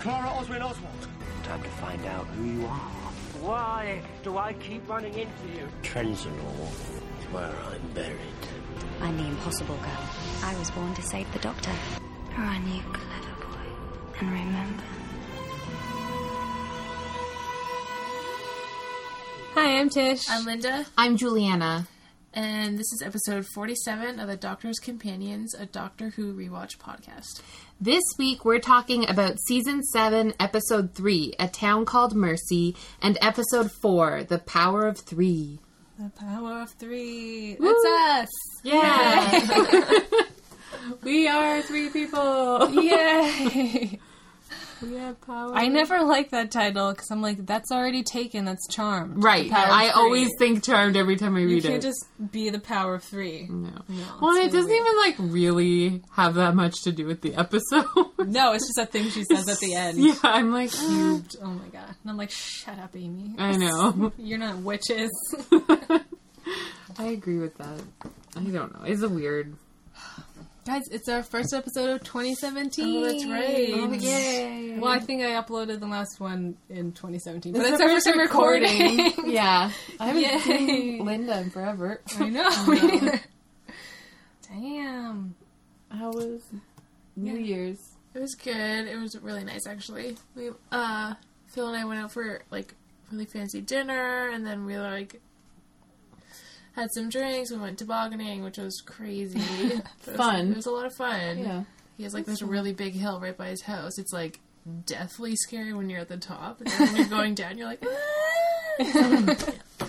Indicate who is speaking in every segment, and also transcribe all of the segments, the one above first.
Speaker 1: Clara Oswin Oswald.
Speaker 2: Time to find out who you are.
Speaker 3: Why do I keep running into you?
Speaker 2: Trenzalore is where I'm buried.
Speaker 4: I'm the impossible girl. I was born to save the doctor.
Speaker 5: Run, you clever boy. And remember.
Speaker 6: Hi, I'm Tish.
Speaker 7: I'm Linda,
Speaker 6: I'm Juliana.
Speaker 7: and this is episode 47 of the Doctor's Companions, a Doctor Who rewatch podcast.
Speaker 6: This week we're talking about season 7, episode 3, A Town Called Mercy, and episode 4, The Power of 3.
Speaker 7: The power of three. That's us.
Speaker 6: Yeah. we are three people.
Speaker 7: Yay!
Speaker 6: We have power.
Speaker 8: I never like that title because I'm like, that's already taken. That's charmed.
Speaker 6: right.
Speaker 8: The power of
Speaker 6: I
Speaker 8: three.
Speaker 6: always think charmed every time I
Speaker 8: you
Speaker 6: read
Speaker 8: can't
Speaker 6: it.
Speaker 8: just be the power of three.
Speaker 6: no. well, it doesn't even like really have that much to do with the episode.
Speaker 8: No, it's just that thing she says at the end.
Speaker 6: yeah, I'm like, mm,
Speaker 8: Oh my god! And I'm like, shut up, Amy.
Speaker 6: I know.
Speaker 8: You're not witches.
Speaker 6: I agree with that. I don't know. It's a weird.
Speaker 8: Guys, it's our first episode of 2017.
Speaker 7: Oh, that's right. Oh,
Speaker 6: yay.
Speaker 8: Well, I think I uploaded the last one in 2017, but
Speaker 7: This
Speaker 8: it's
Speaker 7: is
Speaker 8: our
Speaker 7: our
Speaker 8: first
Speaker 7: first
Speaker 8: time recording.
Speaker 6: Yeah.
Speaker 7: I haven't
Speaker 8: Yay.
Speaker 7: seen Linda in forever.
Speaker 8: I know. Damn.
Speaker 7: How was New Year's? It was good. It was really nice, actually. We uh, Phil and I went out for like really fancy dinner, and then we like had some drinks. We went tobogganing, which was crazy It was-
Speaker 2: Fun.
Speaker 7: It was a lot of fun.
Speaker 2: Yeah.
Speaker 7: He has like this really big hill right by his house. It's like deathly scary when you're at the top, and then when you're going down, you're like. "Ah!" yeah.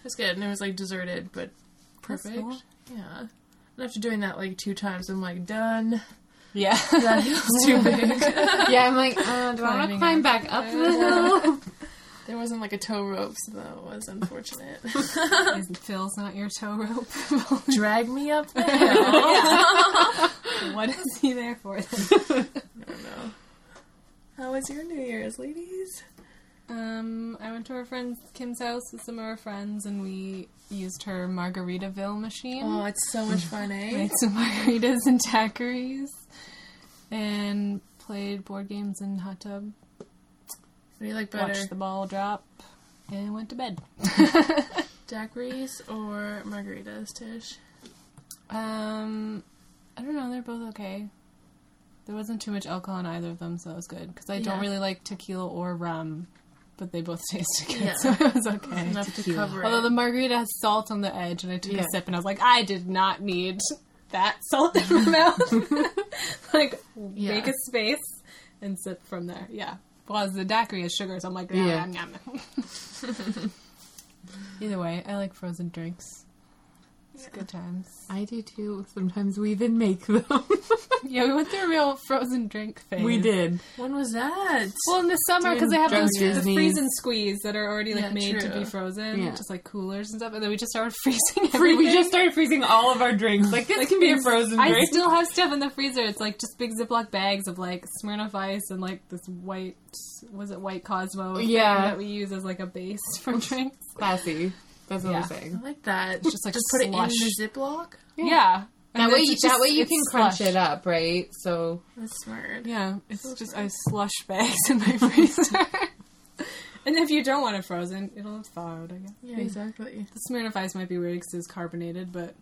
Speaker 7: It was good, and it was like deserted, but perfect.
Speaker 8: cool.
Speaker 7: Yeah. And after doing that like two times, I'm like done.
Speaker 8: Yeah.
Speaker 7: That hill's too big.
Speaker 6: Yeah, I'm like, uh, do I want
Speaker 8: Climbing
Speaker 6: to climb back up the hill?
Speaker 7: There wasn't like a tow rope, so that was unfortunate.
Speaker 8: Phil's not your tow rope.
Speaker 7: Drag me up the hill.
Speaker 8: what is he there for? Then?
Speaker 7: I don't know. How was your New Year's, ladies?
Speaker 8: Um, I went to our friend Kim's house with some of our friends, and we used her Margaritaville machine.
Speaker 7: Oh, it's so much fun, eh?
Speaker 8: Made some margaritas and daiquiris, and played board games in hot tub.
Speaker 7: What do you like better,
Speaker 8: Watched the ball drop, and went to bed.
Speaker 7: daiquiris or margaritas, Tish?
Speaker 8: Um, I don't know. They're both okay. There wasn't too much alcohol in either of them, so it was good. Because I don't
Speaker 7: Yeah.
Speaker 8: really like tequila or rum, but they both tasted good,
Speaker 7: Yeah.
Speaker 8: so it was okay.
Speaker 7: Enough to cover
Speaker 8: Although the
Speaker 7: it.
Speaker 8: margarita has salt on the edge, and I took
Speaker 7: Yeah.
Speaker 8: a sip and I was like, I did not need that salt in my mouth. like,
Speaker 7: Yeah.
Speaker 8: make a space and sip from there. Yeah. Whereas the daiquiri has sugar, so I'm like,
Speaker 6: Yeah.
Speaker 8: yeah. Either way, I like frozen drinks. It's good times.
Speaker 6: I do too. Sometimes we even make them.
Speaker 8: Yeah, we went through a real frozen drink phase.
Speaker 6: we did.
Speaker 7: When was that?
Speaker 8: Well, in the summer, because they have
Speaker 6: During
Speaker 8: those
Speaker 6: drunk
Speaker 8: the
Speaker 6: Disney's.
Speaker 8: freeze and squeeze that are already like
Speaker 7: Yeah,
Speaker 8: made to
Speaker 7: true.
Speaker 8: be frozen,
Speaker 6: Yeah.
Speaker 8: just like coolers and stuff, and then we just started freezing.
Speaker 6: Free, we
Speaker 8: everything.
Speaker 6: just started freezing all of our drinks. Like, this can be a
Speaker 8: things-
Speaker 6: frozen
Speaker 8: I
Speaker 6: drink.
Speaker 8: still have stuff in the freezer. It's like just big Ziploc bags of like Smirnoff Ice and like this white, was it white Cosmo? thing
Speaker 6: Yeah.
Speaker 8: that we use as like a base for drinks.
Speaker 6: Classy. That's what
Speaker 8: Yeah.
Speaker 6: we're
Speaker 7: I
Speaker 6: saying.
Speaker 7: like that.
Speaker 8: Just like
Speaker 7: just put it in
Speaker 8: slush.
Speaker 7: the Ziploc.
Speaker 8: Yeah,
Speaker 6: That way, you, that way you can crunch it up, right? So
Speaker 7: That's smart.
Speaker 8: Yeah, it's just I have slush bags in my freezer. and if you don't want it frozen, it'll have thawed. I guess
Speaker 7: Yeah, exactly.
Speaker 8: the Smirnoff Ice might be weird because it's carbonated, but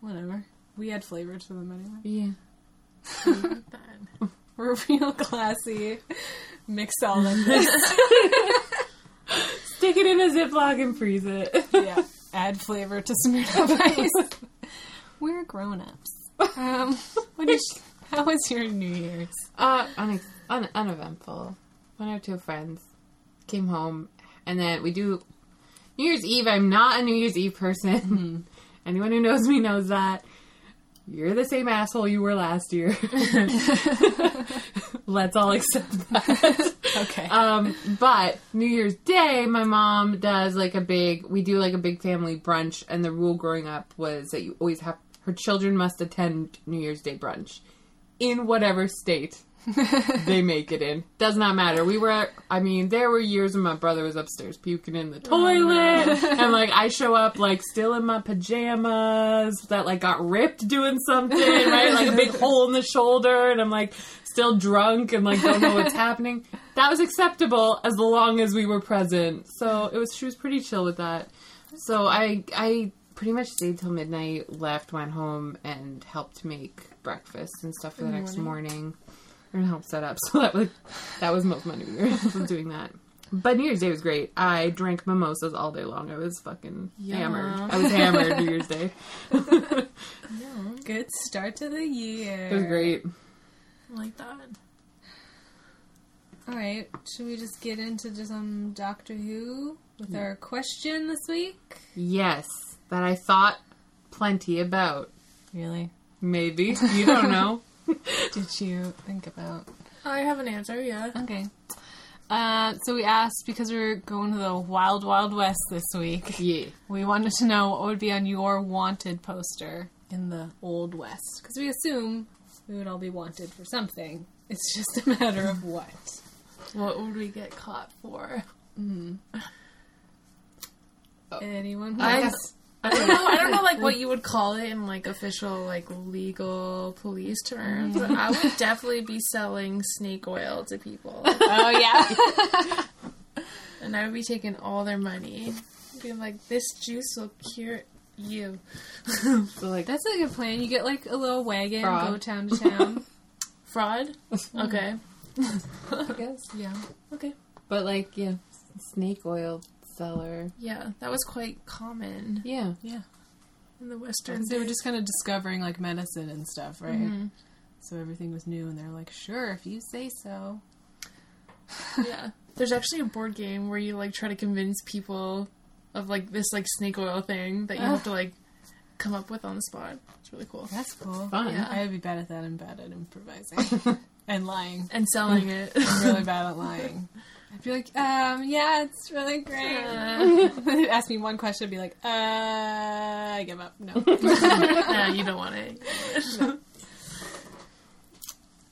Speaker 8: whatever. We add flavor to them anyway.
Speaker 6: yeah,
Speaker 7: Like that.
Speaker 8: We're real classy. Mix all of this.
Speaker 6: stick it in a ziploc and freeze it.
Speaker 8: yeah, add flavor to Smirnoff Ice. We're grown ups. Um, what did you, how was your New Year's?
Speaker 6: Uh, unex- un- uneventful. One or two friends came home, and then we do New Year's Eve. I'm not a New Year's Eve person. Anyone who knows me knows that. You're the same asshole you were last year. Let's all accept that.
Speaker 8: Okay.
Speaker 6: Um, but New Year's Day, my mom does like a big. We do like a big family brunch, and the rule growing up was that you always have her children must attend New Year's Day brunch in whatever state they make it in. Does not matter. We were, I mean, there were years when my brother was upstairs puking in the toilet, and like I show up like still in my pajamas that like got ripped doing something, right? Like a big hole in the shoulder, and I'm like still drunk and like don't know what's happening. That was acceptable as long as we were present. So it was, she was pretty chill with that. So I, I pretty much stayed till midnight, left, went home, and helped make breakfast and stuff for the next morning and help set up. So that was that was most of my New Year's was doing that. But New Year's Day was great. I drank mimosas all day long. I was fucking hammered. I was hammered New Year's Day.
Speaker 8: Good start to the year.
Speaker 6: It was great.
Speaker 7: I like that.
Speaker 8: All right, should we just get into just some Doctor Who with our question this week?
Speaker 6: Yes, that I thought plenty about.
Speaker 8: Really?
Speaker 6: Maybe you don't know.
Speaker 8: Did you think about?
Speaker 7: I have an answer, yeah.
Speaker 8: Okay. Uh, so we asked because we are going to the Wild Wild West this week.
Speaker 6: yeah,
Speaker 8: We wanted to know what would be on your wanted poster in the Old West because we assume we would all be wanted for something. It's just a matter of what.
Speaker 7: What would we get caught for?
Speaker 8: Oh. Anyone? who
Speaker 7: I,
Speaker 8: has-
Speaker 7: I don't know. I don't know like what you would call it in like official like legal police terms, but I would definitely be selling snake oil to people,
Speaker 8: oh yeah.
Speaker 7: and I would be taking all their money, being like, "This juice will cure you."
Speaker 6: so like
Speaker 8: That's a good plan. You get like a little wagon,
Speaker 6: Frog.
Speaker 8: go town to town.
Speaker 7: Fraud? Okay.
Speaker 8: I guess.
Speaker 7: Yeah. Okay.
Speaker 6: but like yeah, snake oil seller.
Speaker 7: Yeah, that was quite common
Speaker 6: Yeah,
Speaker 8: Yeah.
Speaker 7: in the Western.
Speaker 8: Because they were just kind of discovering like medicine and stuff, right? So everything was new, and they're like, "Sure, if you say so."
Speaker 7: Yeah. There's actually a board game where you like try to convince people of like this like snake oil thing that you have to like come up with on the spot. It's really cool.
Speaker 8: That's cool.
Speaker 6: Fun.
Speaker 8: Yeah, I would be bad at that. I'm bad at improvising and lying.
Speaker 7: And selling it.
Speaker 8: I'm really bad at lying. I'd be like, um, yeah, it's really great. They'd ask me one question, I'd be like, uh, I give up. No.
Speaker 7: no, you don't want it.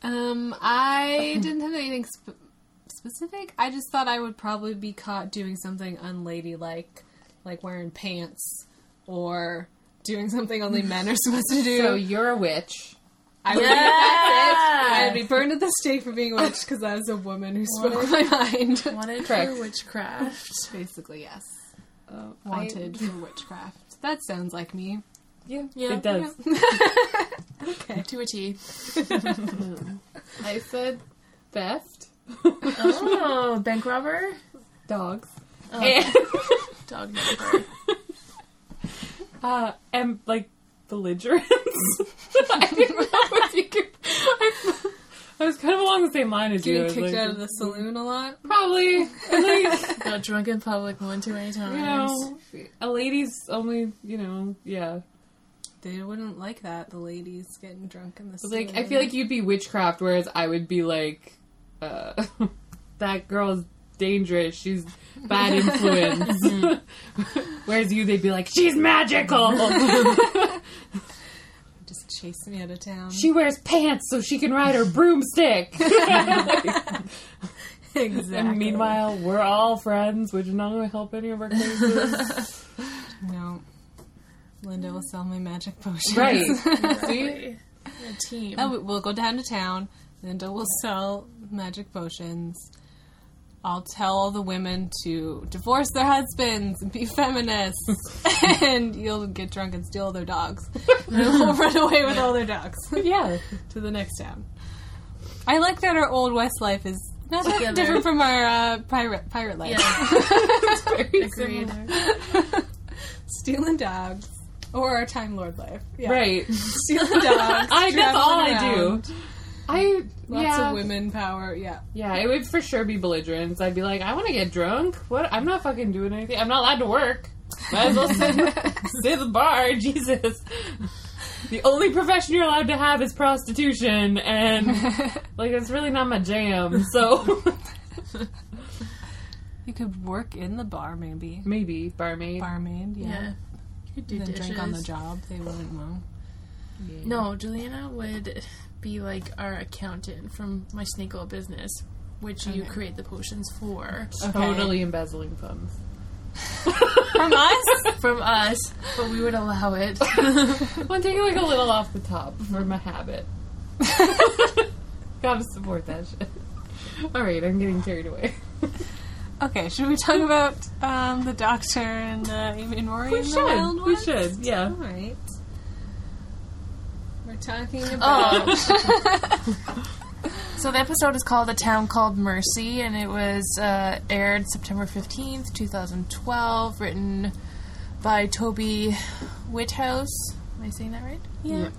Speaker 8: Um, I didn't have anything sp- specific. I just thought I would probably be caught doing something unladylike, like wearing pants or doing something only men are supposed to do.
Speaker 6: so you're a witch.
Speaker 8: I would, that's it. I would be burned at the stake for being a witch because I was a woman who spoke my mind.
Speaker 7: Wanted
Speaker 6: Correct.
Speaker 7: for witchcraft.
Speaker 8: Basically, yes.
Speaker 6: Uh,
Speaker 8: Wanted for witchcraft. That sounds like me.
Speaker 7: Yeah,
Speaker 6: it does.
Speaker 7: To a T.
Speaker 6: I said theft,
Speaker 7: Oh, bank robber?
Speaker 6: dogs, and
Speaker 7: Dog number.
Speaker 6: uh, and like belligerence. I didn't know if you could. I, I was kind of along the same line as you. I
Speaker 8: Getting
Speaker 6: was
Speaker 8: kicked
Speaker 6: like,
Speaker 8: out of the saloon a lot.
Speaker 6: Probably, And, like,
Speaker 7: Got drunk in public one too many times.
Speaker 6: you know, a lady's only, you know, yeah.
Speaker 8: They wouldn't like that. The ladies getting drunk in the
Speaker 6: But,
Speaker 8: saloon.
Speaker 6: like, I feel like you'd be witchcraft, whereas I would be like, uh, that girl's dangerous. She's bad influence.
Speaker 8: Hmm.
Speaker 6: whereas you, they'd be like, she's magical.
Speaker 8: just chase me out of town.
Speaker 6: she wears pants so she can ride her broomstick.
Speaker 8: exactly.
Speaker 6: And meanwhile, we're all friends, which is not going to help any of our cases.
Speaker 8: No. Linda will sell me magic potions.
Speaker 6: See?
Speaker 7: Exactly. A team.
Speaker 8: Oh, we- we'll go down to town. Linda will sell magic potions. I'll tell all the women to divorce their husbands and be feminists. and you'll get drunk and steal their dogs. and we'll run away with all their dogs
Speaker 6: Yeah.
Speaker 8: to the next town. I like that our old West life is not that
Speaker 7: Together.
Speaker 8: different from our uh, pirate pirate life.
Speaker 7: Yeah,
Speaker 6: Very
Speaker 7: agreed.
Speaker 8: Stealing dogs. Or our Time Lord life. Yeah.
Speaker 6: Right.
Speaker 8: Stealing dogs.
Speaker 6: I, that's all
Speaker 8: traveling
Speaker 6: I do.
Speaker 8: around.
Speaker 6: I
Speaker 8: Lots
Speaker 6: yeah.
Speaker 8: of women power. Yeah.
Speaker 6: Yeah, it would for sure be belligerence. I'd be like, I want to get drunk. What? I'm not fucking doing anything. I'm not allowed to work. Might as well sit, sit at the bar. Jesus. The only profession you're allowed to have is prostitution, and like it's really not my jam. So
Speaker 8: You could work in the bar, maybe.
Speaker 6: maybe barmaid.
Speaker 8: Barmaid, yeah.
Speaker 7: Yeah. You could do
Speaker 8: And then drink on the
Speaker 7: dishes.
Speaker 8: job. They wouldn't know.
Speaker 7: No, Juliana would be like our accountant from my snake oil business, which you create the potions for
Speaker 6: Totally embezzling funds.
Speaker 8: From us?
Speaker 7: from us, but we would allow it.
Speaker 6: I'm taking like a little off the top for my habit. Gotta support that shit. Alright, I'm getting carried away.
Speaker 8: Okay, should we talk about um, the doctor and uh, Amy and Rory?
Speaker 6: We
Speaker 8: and the
Speaker 6: should.
Speaker 8: wild
Speaker 6: We
Speaker 8: ones?
Speaker 6: should, yeah.
Speaker 8: All right. We're talking about.
Speaker 7: Oh. so the episode is called "A Town Called Mercy," and it was uh, aired September fifteenth, two thousand twelve. Written by Toby Whithouse. Am I saying that right?
Speaker 8: Yeah.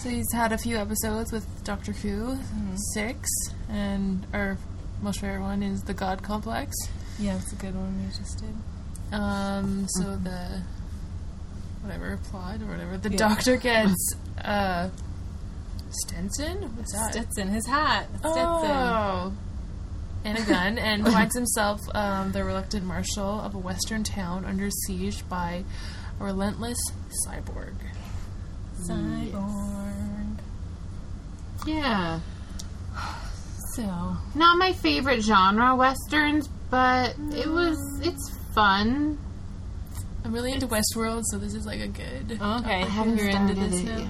Speaker 7: So he's had a few episodes with Doctor Who, six, and our most favorite one is the God Complex.
Speaker 8: Yeah, it's a good one we just did.
Speaker 7: Um, so
Speaker 8: Mm-hmm.
Speaker 7: the whatever plot or whatever the Doctor gets uh, Stenson. What's that?
Speaker 8: Stetson, his hat. Stetson.
Speaker 7: Oh. And a gun, and finds himself um, the reluctant marshal of a western town under siege by a relentless cyborg.
Speaker 8: Cyborg.
Speaker 6: Yeah.
Speaker 8: So,
Speaker 6: Not my favorite genre, westerns, but it was, it's fun.
Speaker 7: I'm really into Westworld, so this is like a good.
Speaker 8: okay.
Speaker 7: You're into this now?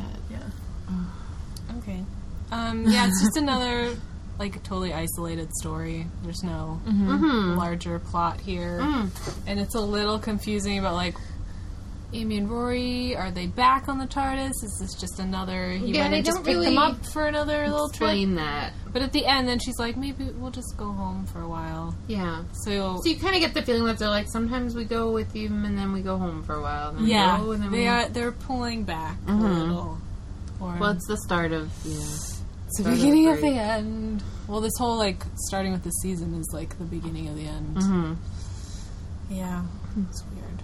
Speaker 8: Okay. Um, yeah, it's just another, like, totally isolated story. There's no
Speaker 6: Mm-hmm.
Speaker 8: larger plot here.
Speaker 6: Mm.
Speaker 8: And it's a little confusing about, like, Amy and Rory, are they back on the TARDIS? Is this just another? He
Speaker 6: Yeah,
Speaker 8: went
Speaker 6: they
Speaker 8: and just
Speaker 6: don't
Speaker 8: picked
Speaker 6: really
Speaker 8: them up for another little trip.
Speaker 6: Explain that.
Speaker 8: But at the end, then she's like, maybe we'll just go home for a while.
Speaker 6: Yeah.
Speaker 8: So,
Speaker 6: So you kind of get the feeling that they're like, sometimes we go with you and then we go home for a while. Then
Speaker 8: yeah,
Speaker 6: We go, and then
Speaker 8: they
Speaker 6: we... Mm-hmm.
Speaker 8: are they're pulling back a little. Or
Speaker 6: Well, it's the start of, yeah.
Speaker 8: It's the
Speaker 6: Start
Speaker 8: beginning of
Speaker 6: over.
Speaker 8: the end. Well, this whole like starting with the season is like the beginning of the end. Yeah, it's weird.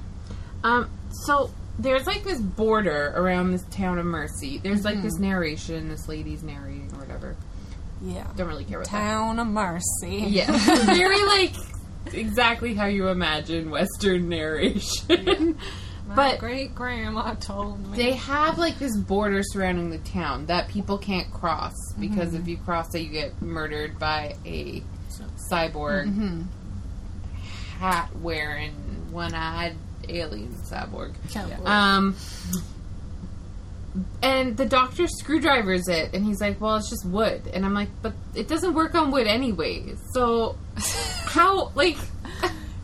Speaker 6: Um, so there's like this border around this town of Mercy. There's like this narration, this lady's narrating or whatever.
Speaker 8: Yeah,
Speaker 6: Don't really care what that.
Speaker 8: town of mercy.
Speaker 6: Yeah, very like exactly how you imagine Western narration.
Speaker 8: but
Speaker 6: but
Speaker 8: great grandma told me.
Speaker 6: they have like this border surrounding the town that people can't cross because if you cross it, you get murdered by a cyborg Mm-hmm. hat wearing one eyed alien cyborg.
Speaker 7: Cowboy.
Speaker 6: Um, and the doctor screwdrivers it, and he's like, "Well, it's just wood," and I'm like, "But it doesn't work on wood anyway, so how like."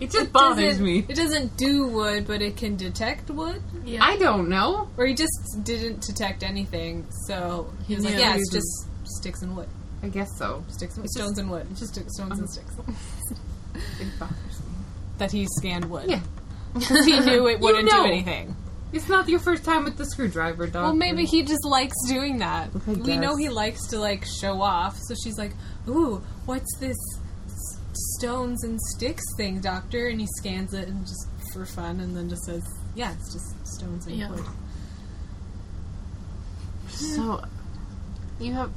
Speaker 6: It just bothers
Speaker 8: Doesn't-
Speaker 6: me.
Speaker 8: It doesn't do wood, but it can detect wood.
Speaker 7: Yeah.
Speaker 6: I don't know.
Speaker 8: Or he just didn't detect anything, so he was like,
Speaker 7: knew
Speaker 8: "Yeah,
Speaker 7: he
Speaker 8: it's
Speaker 7: was-
Speaker 8: just sticks and wood,
Speaker 6: I guess so.
Speaker 8: sticks and stones and wood, just stones and sticks."
Speaker 6: It bothers me.
Speaker 8: that he scanned wood.
Speaker 6: Yeah.
Speaker 8: because he knew it wouldn't
Speaker 6: know.
Speaker 8: do anything.
Speaker 6: It's not your first time with the screwdriver, dog.
Speaker 8: Well, maybe he just likes doing that.
Speaker 6: I
Speaker 8: We know
Speaker 6: guess.
Speaker 8: he likes to like show off. So she's like, "Ooh, what's this s- stones and sticks thing, doctor?" And he scans it and just for fun, and then just says, "Yeah, it's just stones and
Speaker 7: Yeah.
Speaker 8: wood."
Speaker 6: So you have.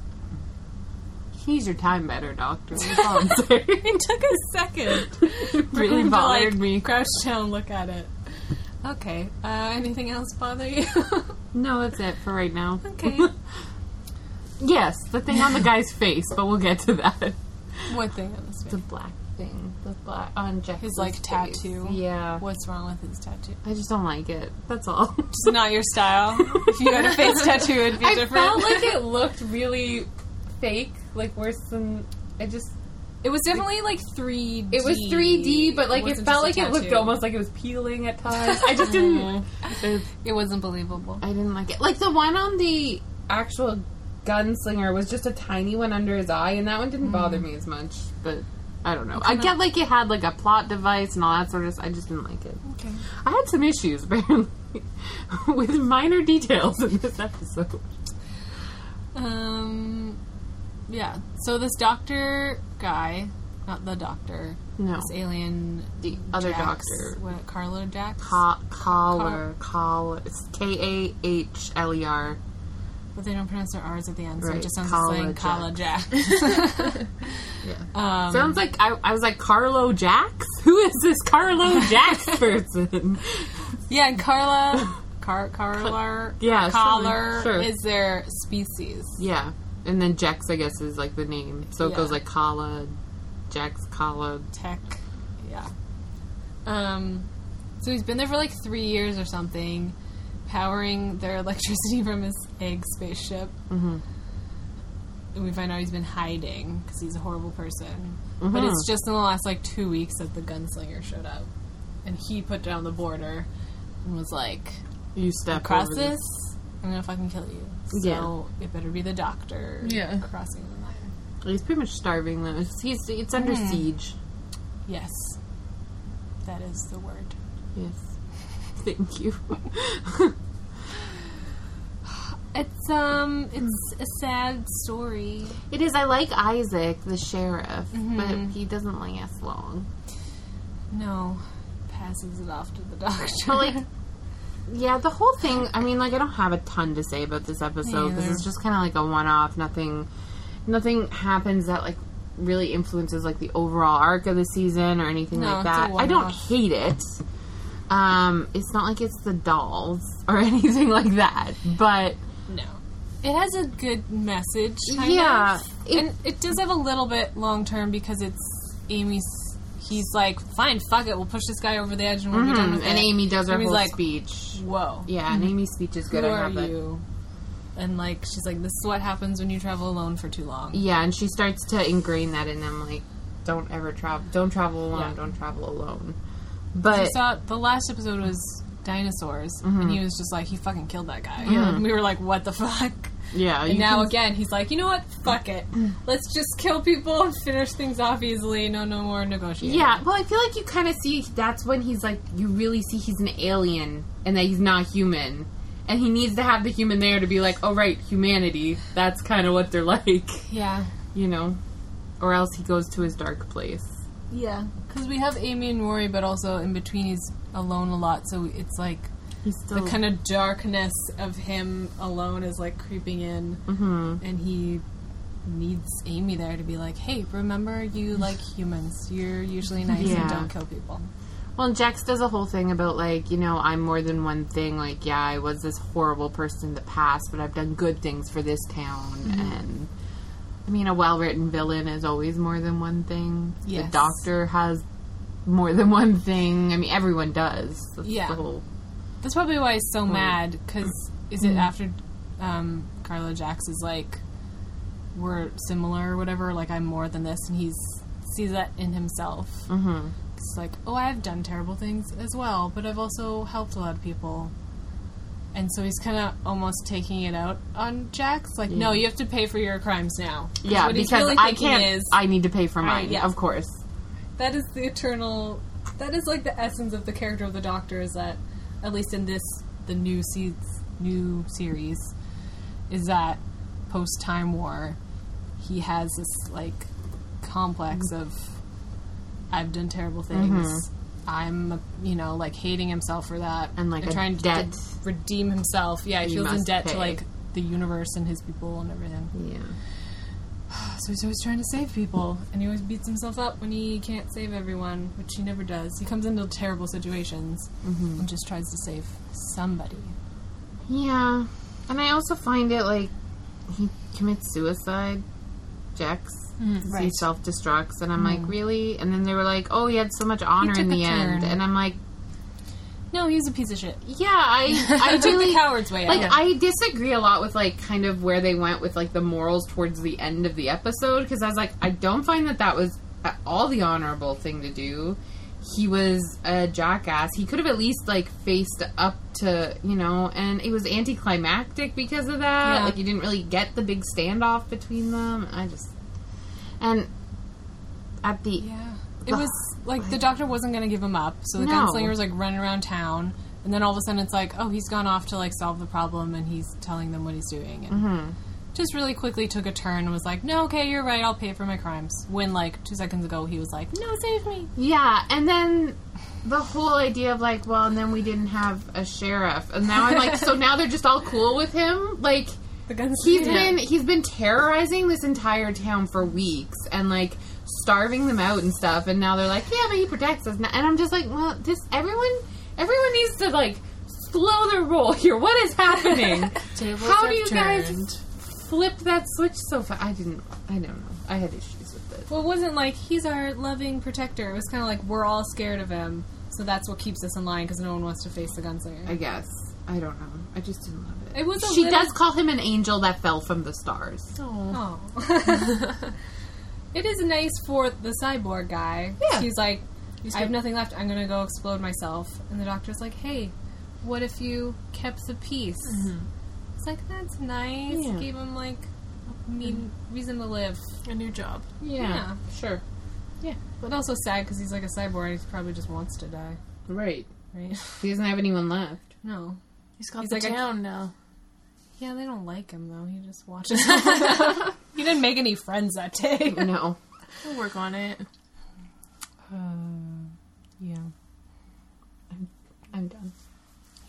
Speaker 6: He's your time better, doctor. That's all I'm saying.
Speaker 8: It took a second.
Speaker 6: It
Speaker 8: for
Speaker 6: really
Speaker 8: him to, like,
Speaker 6: bothered me.
Speaker 8: Crouch down, look at it. Okay. Uh, anything else bother you?
Speaker 6: No, that's it for right now.
Speaker 8: okay.
Speaker 6: Yes, the thing on the guy's face, but we'll get to that.
Speaker 8: what thing on this?
Speaker 6: The black thing, the black on Jack's
Speaker 8: His, like,
Speaker 6: face.
Speaker 8: tattoo.
Speaker 6: Yeah,
Speaker 8: What's wrong with his tattoo?
Speaker 6: I just don't like it. That's all.
Speaker 8: It's not your style. if you had a face tattoo, it'd be
Speaker 6: I
Speaker 8: different.
Speaker 6: felt like it looked really fake, like worse than. I just
Speaker 8: It was definitely like 3D.
Speaker 6: it was 3D, but like it,
Speaker 8: wasn't
Speaker 6: felt
Speaker 8: just
Speaker 6: like
Speaker 8: a
Speaker 6: it looked
Speaker 8: tattoo.
Speaker 6: almost like it was peeling at times. Uh-huh. I just didn't.
Speaker 8: It wasn't believable.
Speaker 6: I didn't like it. Like the one on the actual gunslinger was just a tiny one under his eye, and that one didn't bother me as much. But I don't know. Mm-hmm. I get like it had like a plot device and all that sort of. stuff. I just didn't like it.
Speaker 8: Okay.
Speaker 6: I had some issues apparently with minor details in this episode.
Speaker 8: Um. Yeah. So this doctor guy, not the doctor,
Speaker 6: No,
Speaker 8: this alien,
Speaker 6: the other
Speaker 8: Jax,
Speaker 6: doctor.
Speaker 8: what Carlo Jax,
Speaker 6: Co- collar, collar. It's K A H L E R.
Speaker 8: but they don't pronounce their R's at the end, so
Speaker 6: Right,
Speaker 8: it just sounds
Speaker 6: Carlo
Speaker 8: like Carlo Jax. Um,
Speaker 6: Sounds like I, I was like Carlo Jax. Who is this Carlo Jax person?
Speaker 8: yeah, and Carla, Car, Carlar,
Speaker 6: Yeah, sure,
Speaker 8: Collar
Speaker 6: sure.
Speaker 8: is their species.
Speaker 6: yeah, and then Jex, I guess, is like the name. So it
Speaker 8: Yeah.
Speaker 6: goes like Kala, Jex, Kala.
Speaker 8: Tech. Yeah. Um, so he's been there for like three years or something, powering their electricity from his egg spaceship. Mm-hmm. And we find out he's been hiding because he's a horrible person. But it's just in the last like two weeks that the gunslinger showed up, and he put down the border and was like,
Speaker 6: You step
Speaker 8: "Cross
Speaker 6: over
Speaker 8: this, I'm gonna fucking kill you." So it better be the doctor.
Speaker 7: Yeah.
Speaker 8: crossing the line.
Speaker 6: the- He's pretty much starving though. It's- He's it's under
Speaker 8: Hmm.
Speaker 6: siege.
Speaker 8: Yes, that is the word.
Speaker 6: Yes. Thank you.
Speaker 8: It's um, it's a sad story.
Speaker 6: it is. I like Isaac, the sheriff,
Speaker 8: Mm-hmm.
Speaker 6: but he doesn't last long.
Speaker 8: No, passes it off to the doctor.
Speaker 6: But like, yeah, the whole thing. I mean, like, I don't have a ton to say about this episode
Speaker 8: Me
Speaker 6: because
Speaker 8: either.
Speaker 6: it's just kind of like a one-off. Nothing, nothing happens that like really influences like the overall arc of the season or anything
Speaker 8: No,
Speaker 6: like
Speaker 8: it's a
Speaker 6: that. I don't
Speaker 8: one-off.
Speaker 6: hate it. Um, it's not like it's the dolls or anything like that, but
Speaker 8: no, it has a good message. Kind
Speaker 6: yeah,
Speaker 8: of.
Speaker 6: it-
Speaker 8: and it does have a little bit long term because it's Amy's. He's like, fine, fuck it, we'll push this guy over the edge Mm-hmm. and we'll be done
Speaker 6: Mhm,
Speaker 8: with
Speaker 6: and
Speaker 8: it.
Speaker 6: Amy does her
Speaker 8: Amy's
Speaker 6: whole
Speaker 8: like,
Speaker 6: speech.
Speaker 8: Whoa,
Speaker 6: Yeah, and Amy's speech is good.
Speaker 8: who
Speaker 6: I
Speaker 8: are
Speaker 6: have that.
Speaker 8: you? And like, she's like, this is what happens when you travel alone for too long.
Speaker 6: Yeah, and she starts to ingrain that in them, like, don't ever travel, don't travel alone,
Speaker 8: Yeah.
Speaker 6: don't travel alone.
Speaker 8: I
Speaker 6: But
Speaker 8: saw the last episode was dinosaurs, and he was just like, he fucking killed that guy. And we were like, what the fuck?
Speaker 6: yeah, you
Speaker 8: And now
Speaker 6: can- Mm.
Speaker 8: again, he's like, you know what? Fuck it. Let's just kill people and finish things off easily. No, no more negotiating.
Speaker 6: yeah. Well, I feel like you kind of see that's when he's like, you really see he's an alien and that he's not human, and he needs to have the human there to be like, oh right, humanity. That's kind of what they're like,
Speaker 8: yeah,
Speaker 6: you know, or else he goes to his dark place.
Speaker 8: yeah. Because we have Amy and Rory, but also in between, he's alone a lot. So it's like
Speaker 6: He's still
Speaker 8: the kind of darkness of him alone is like creeping in,
Speaker 6: Mm-hmm.
Speaker 8: and he needs Amy there to be like, hey, remember you like humans. You're usually nice
Speaker 6: Yeah.
Speaker 8: and don't kill people.
Speaker 6: Well, and Jax does a whole thing about like, you know, I'm more than one thing. Like, yeah, I was this horrible person in the past, but I've done good things for this town.
Speaker 8: Mm-hmm.
Speaker 6: And I mean, a well-written villain is always more than one thing.
Speaker 8: Yes.
Speaker 6: The doctor has more than one thing. I mean, everyone does. That's
Speaker 8: Yeah.
Speaker 6: The whole,
Speaker 8: That's probably why he's so mad. Because is
Speaker 6: mm.
Speaker 8: it after um, Carlo Jax is like we're similar or whatever? Like I'm more than this, and he's sees that in himself. Mm-hmm. It's like, oh, I've done terrible things as well, but I've also helped a lot of people. And so he's kind of almost taking it out on Jax. Like, no, you have to pay for your crimes now.
Speaker 6: yeah,
Speaker 8: what he's
Speaker 6: because
Speaker 8: really
Speaker 6: I
Speaker 8: thinking
Speaker 6: can't.
Speaker 8: Is,
Speaker 6: I need to pay for mine.
Speaker 8: yeah.
Speaker 6: Of course.
Speaker 8: that is the eternal that is like the essence of the character of the doctor is that at least in this the new se- new series is that post time war he has this like complex
Speaker 6: Mm-hmm.
Speaker 8: of i've done terrible things i'm you know like hating himself for that
Speaker 6: And, like, a
Speaker 8: trying
Speaker 6: debt.
Speaker 8: to redeem himself yeah he
Speaker 6: He
Speaker 8: feels in
Speaker 6: must
Speaker 8: debt
Speaker 6: pay.
Speaker 8: to like the universe and his people and everything
Speaker 6: Yeah.
Speaker 8: so he's always trying to save people, and he always beats himself up when he can't save everyone, which he never does. He comes into terrible situations and just tries to save somebody.
Speaker 6: Yeah. And I also find it like he commits suicide, Jex. 'cause He
Speaker 8: Mm, right. Mm.
Speaker 6: self destructs, and I'm like, really? And then they were like, oh, he had so much honor
Speaker 8: took
Speaker 6: in
Speaker 8: a
Speaker 6: the end.
Speaker 8: turn.
Speaker 6: And I'm like,
Speaker 8: No, he's a piece of shit.
Speaker 6: yeah, I, I
Speaker 8: took
Speaker 6: really.
Speaker 8: the coward's way out.
Speaker 6: Like I disagree a lot with like kind of where they went with like the morals towards the end of the episode because I was like I don't find that that was at all the honorable thing to do. He was a jackass. He could have at least like faced up to you know, and it was anticlimactic because of that.
Speaker 8: Yeah.
Speaker 6: Like you didn't really get the big standoff between them. I just and at the
Speaker 8: yeah, it was like the doctor wasn't going to give him up, so the
Speaker 6: No.
Speaker 8: gunslinger was like running around town, and then all of a sudden it's like, oh, he's gone off to like solve the problem, and he's telling them what he's doing, and just really quickly took a turn and was like, no, okay, you're right, I'll pay for my crimes. When like two seconds ago he was like, no, save me.
Speaker 6: Yeah, and then the whole idea of like, well, and then we didn't have a sheriff, and now I'm like, so now they're just all cool with him. Like
Speaker 8: The gunslinger.
Speaker 6: he's been he's been terrorizing this entire town for weeks, and like starving them out and stuff, and now they're like, yeah, but he protects us, and I'm just like, well, this everyone everyone needs to like slow their roll here. What is happening?
Speaker 8: Tables
Speaker 6: How
Speaker 8: have
Speaker 6: do you guys
Speaker 8: turned.
Speaker 6: flipped that switch so fast? I didn't. I don't know. I had issues with it.
Speaker 8: Well, it wasn't like he's our loving protector. It was kind of like we're all scared of him, so that's what keeps us in line because no one wants to face the gunslinger.
Speaker 6: I guess. I don't know. I just didn't love it.
Speaker 8: It was a
Speaker 6: she
Speaker 8: little-
Speaker 6: does call him an angel that fell from the stars.
Speaker 8: Oh. it is nice for the cyborg guy.
Speaker 6: Yeah.
Speaker 8: He's like, I have nothing left. I'm gonna go explode myself. And the doctor's like, Hey, what if you kept the peace? It's like that's nice.
Speaker 6: Mm-hmm. Yeah.
Speaker 8: Gave him like a mean reason to live.
Speaker 7: A new job.
Speaker 6: Yeah,
Speaker 8: Yeah.
Speaker 6: sure.
Speaker 8: But also sad because he's like a cyborg. He probably just wants to die,
Speaker 6: Right.
Speaker 8: right?
Speaker 6: He doesn't have anyone left.
Speaker 8: no.
Speaker 7: He's got
Speaker 8: He's
Speaker 7: the
Speaker 8: like a-
Speaker 7: town now.
Speaker 8: Yeah, they don't like him though. He just watches. over them. he didn't make any friends that day.
Speaker 6: No.
Speaker 7: He'll work on it.
Speaker 8: Uh, yeah,
Speaker 6: I'm done.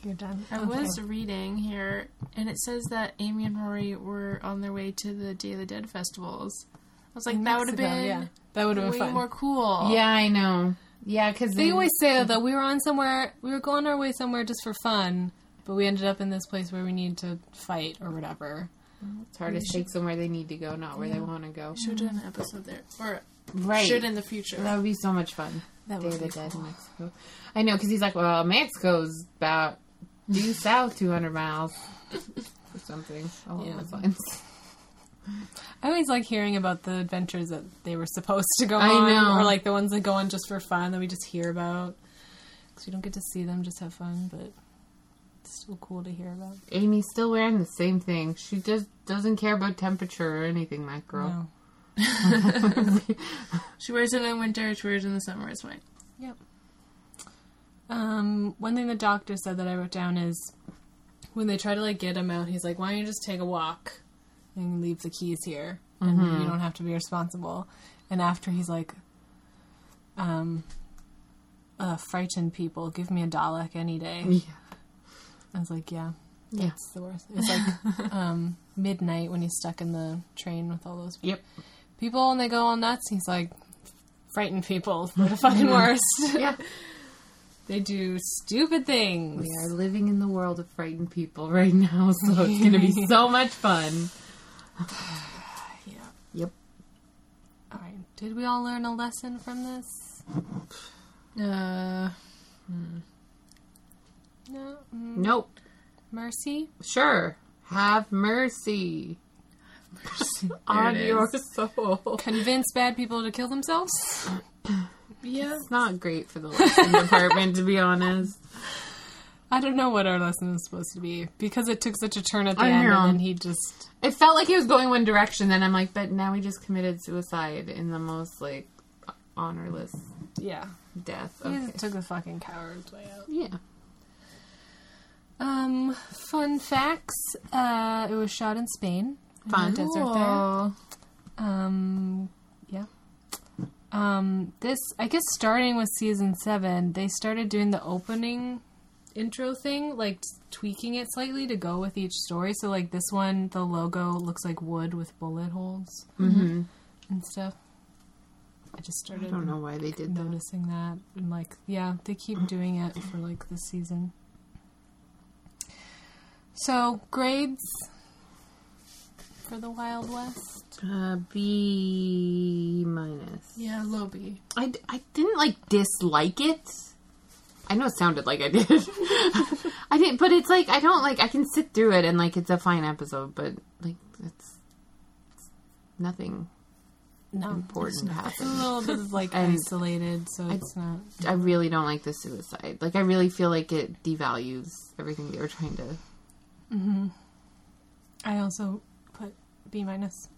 Speaker 8: you're done.
Speaker 7: I was reading here, and it says that Amy and Rory were on their way to the Day of the Dead festivals. I was like, that would have been
Speaker 8: yeah. That would have
Speaker 7: way
Speaker 8: been fun.
Speaker 7: more cool.
Speaker 6: Yeah, I know. Yeah, because
Speaker 8: They always say that though. We were on somewhere. We were going our way somewhere just for fun, but we ended up in this place where we need to fight or whatever.
Speaker 6: it's hard to take them where they need to go, not where they want to go.
Speaker 7: Should have done an episode there, or
Speaker 6: Right.
Speaker 7: should in the future.
Speaker 6: That would be so much fun.
Speaker 7: That
Speaker 6: Day
Speaker 7: would
Speaker 6: of the
Speaker 7: be
Speaker 6: Dead in Mexico. I know, because he's like, well, Mexico's about due south 200 miles or something along
Speaker 8: Yeah.
Speaker 6: those lines.
Speaker 8: I always like hearing about the adventures that they were supposed to go
Speaker 6: I
Speaker 8: on,
Speaker 6: know.
Speaker 8: or like the ones that go on just for fun that we just hear about because we don't get to see them, just have fun, but. It's still cool to hear about.
Speaker 6: Amy's still wearing the same thing. She just doesn't care about temperature or anything, that girl.
Speaker 8: No.
Speaker 7: She wears it in winter. She wears it in the summer. It's fine.
Speaker 8: Um, one thing the doctor said that I wrote down is when they try to like get him out, he's like, "Why don't you just take a walk and leave the keys here, and you don't have to be responsible." And after he's like, um, uh, frightened people, give me a Dalek any day.
Speaker 6: Yeah.
Speaker 8: I was like, yeah,
Speaker 6: Yeah.
Speaker 8: it's the worst. It's like um, midnight when he's stuck in the train with all those
Speaker 6: Yep.
Speaker 8: people, and they go all nuts. He's like, frightened people, they're the fucking worst.
Speaker 6: Yeah.
Speaker 8: They do stupid things.
Speaker 6: We are living in the world of frightened people right now, so it's going to be so much fun.
Speaker 8: Yeah.
Speaker 6: Yep.
Speaker 8: All right. Did we all learn a lesson from this? No.
Speaker 7: Uh,
Speaker 8: Mm,
Speaker 6: Nope.
Speaker 8: Mercy.
Speaker 6: Sure. Have mercy on
Speaker 7: it
Speaker 6: your
Speaker 7: is.
Speaker 6: soul.
Speaker 8: Convince bad people to kill themselves.
Speaker 7: yeah.
Speaker 6: It's not great for the lesson department, to be honest.
Speaker 8: I don't know what our lesson was supposed to be because it took such a turn at the
Speaker 6: I
Speaker 8: end,
Speaker 6: know.
Speaker 8: and then he just
Speaker 6: It felt like he was going one direction, then I'm like, but now he just committed suicide in the most, like, honorless
Speaker 8: yeah,
Speaker 6: death.
Speaker 8: he
Speaker 6: Okay.
Speaker 8: just took the fucking coward's way out.
Speaker 6: Yeah.
Speaker 8: Um, fun facts. Uh, it was shot in Spain.
Speaker 6: Fun.
Speaker 8: Desert there. Um, yeah. Um, this I guess starting with season seven, they started doing the opening intro thing, like tweaking it slightly to go with each story. So like this one, the logo looks like wood with bullet holes and stuff. I just
Speaker 6: Mm-hmm. I
Speaker 8: started
Speaker 6: don't Mm-hmm. know why they did that.
Speaker 8: noticing that and like yeah they keep doing it for like this season so grades for the wild west
Speaker 6: Uh, B minus.
Speaker 7: Yeah, low B.
Speaker 6: I, d- I didn't like dislike it. I know it sounded like I did. I didn't, but it's like I don't like. I can sit through it and like it's a fine episode, but like it's, it's nothing
Speaker 8: no
Speaker 6: important
Speaker 8: a
Speaker 6: happened.
Speaker 8: little bit of like
Speaker 6: And-
Speaker 8: isolated so it's not
Speaker 6: I really don't like the suicide. Like I really feel like it devalues everything they were trying to.
Speaker 8: i also put b minus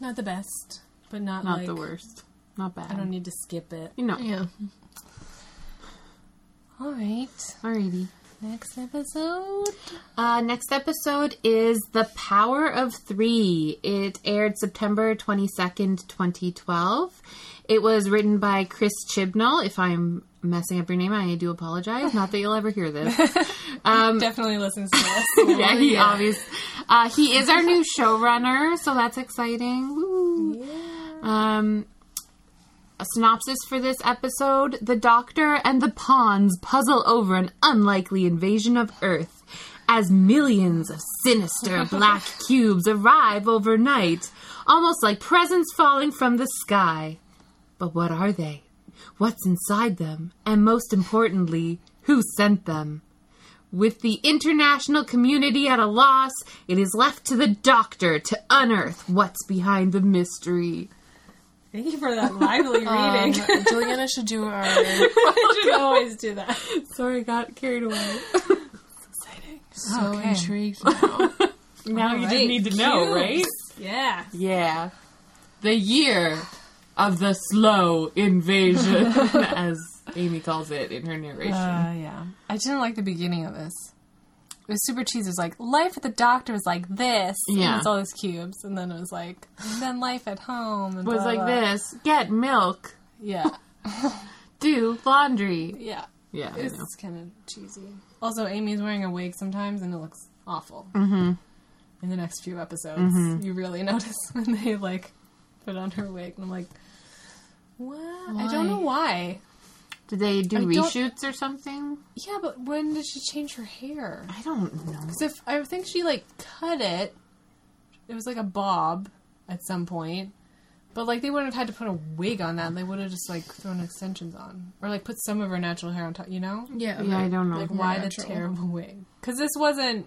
Speaker 8: not the best but not,
Speaker 6: Not
Speaker 8: like
Speaker 6: the worst. Not bad.
Speaker 8: i don't need to skip it
Speaker 6: you know.
Speaker 7: Yeah.
Speaker 8: all right
Speaker 6: Alrighty.
Speaker 8: next episode
Speaker 6: Uh, next episode is The Power of Three. It aired September 22nd, 2012. It was written by Chris Chibnall. If I'm messing up your name, I do apologize. Not that you'll ever hear this.
Speaker 8: definitely listens to us
Speaker 6: yeah, he obvious. Uh, he is our new showrunner, so that's exciting. Woo. Um, a synopsis for this episode: The Doctor and the pawns puzzle over an unlikely invasion of Earth. as millions of sinister black cubes arrive overnight, almost like presents falling from the sky. But what are they? What's inside them? And most importantly, who sent them? With the international community at a loss, it is left to the doctor to unearth what's behind the mystery.
Speaker 8: Thank you for that lively
Speaker 7: Um,
Speaker 8: reading.
Speaker 7: Juliana should do our.
Speaker 8: I should always do that.
Speaker 6: Sorry, got carried away.
Speaker 7: So
Speaker 8: Okay.
Speaker 7: intrigued now.
Speaker 6: Now you just
Speaker 8: Right.
Speaker 6: need to know,
Speaker 8: Cubes.
Speaker 6: right?
Speaker 8: Yeah.
Speaker 6: Yeah. The year of the slow invasion, as Amy calls it in her narration.
Speaker 8: Uh, yeah. I didn't like the beginning of this. It was super cheesy. It was like, life at the doctor is like this.
Speaker 6: Yeah.
Speaker 8: And it's all these cubes. And then it was like, and then life at home. And
Speaker 6: was
Speaker 8: blah,
Speaker 6: like
Speaker 8: blah.
Speaker 6: this get milk,
Speaker 8: Yeah.
Speaker 6: do laundry.
Speaker 8: Yeah.
Speaker 6: Yeah, I know.
Speaker 8: It's kind of cheesy. Also, Amy's wearing a wig sometimes and it looks awful.
Speaker 6: Mm-hmm.
Speaker 8: In the next few episodes, you really notice when they like put on her wig. And I'm like, what? I don't know why.
Speaker 6: Did they do
Speaker 8: I don't-
Speaker 6: reshoots or something?
Speaker 8: Yeah, but when did she change her hair?
Speaker 6: I don't know.
Speaker 8: Because if I think she like cut it, it was like a bob at some point. But like they wouldn't have had to put a wig on that. They would have just like thrown extensions on, or like put some of her natural hair on top. You know,
Speaker 7: Yeah.
Speaker 6: Yeah, I don't know.
Speaker 8: like why the
Speaker 7: natural.
Speaker 8: terrible wig? Because this wasn't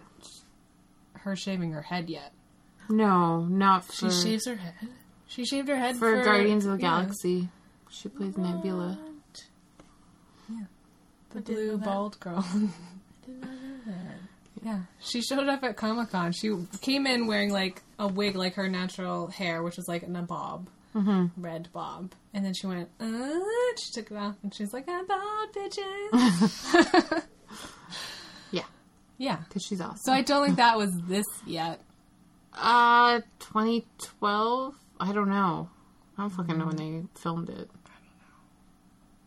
Speaker 8: her shaving her head yet.
Speaker 6: no, not
Speaker 7: She
Speaker 6: for,
Speaker 7: shaves her head. She shaved her head
Speaker 6: for
Speaker 7: for,
Speaker 6: Guardians of the
Speaker 7: yeah.
Speaker 6: Galaxy. She plays Nebula.
Speaker 8: The blue bald girl. Yeah, she showed up at Comic Con. She came in wearing like a wig, like her natural hair, which was like in a bob, mm-hmm. red bob. And then she went, uh, and she took it off, and she's like, "I'm bald, bitches."
Speaker 6: Yeah,
Speaker 8: yeah.
Speaker 6: because she's awesome.
Speaker 8: So I don't think that was this yet.
Speaker 6: Uh, 2012? I don't know. I don't fucking know when they filmed it.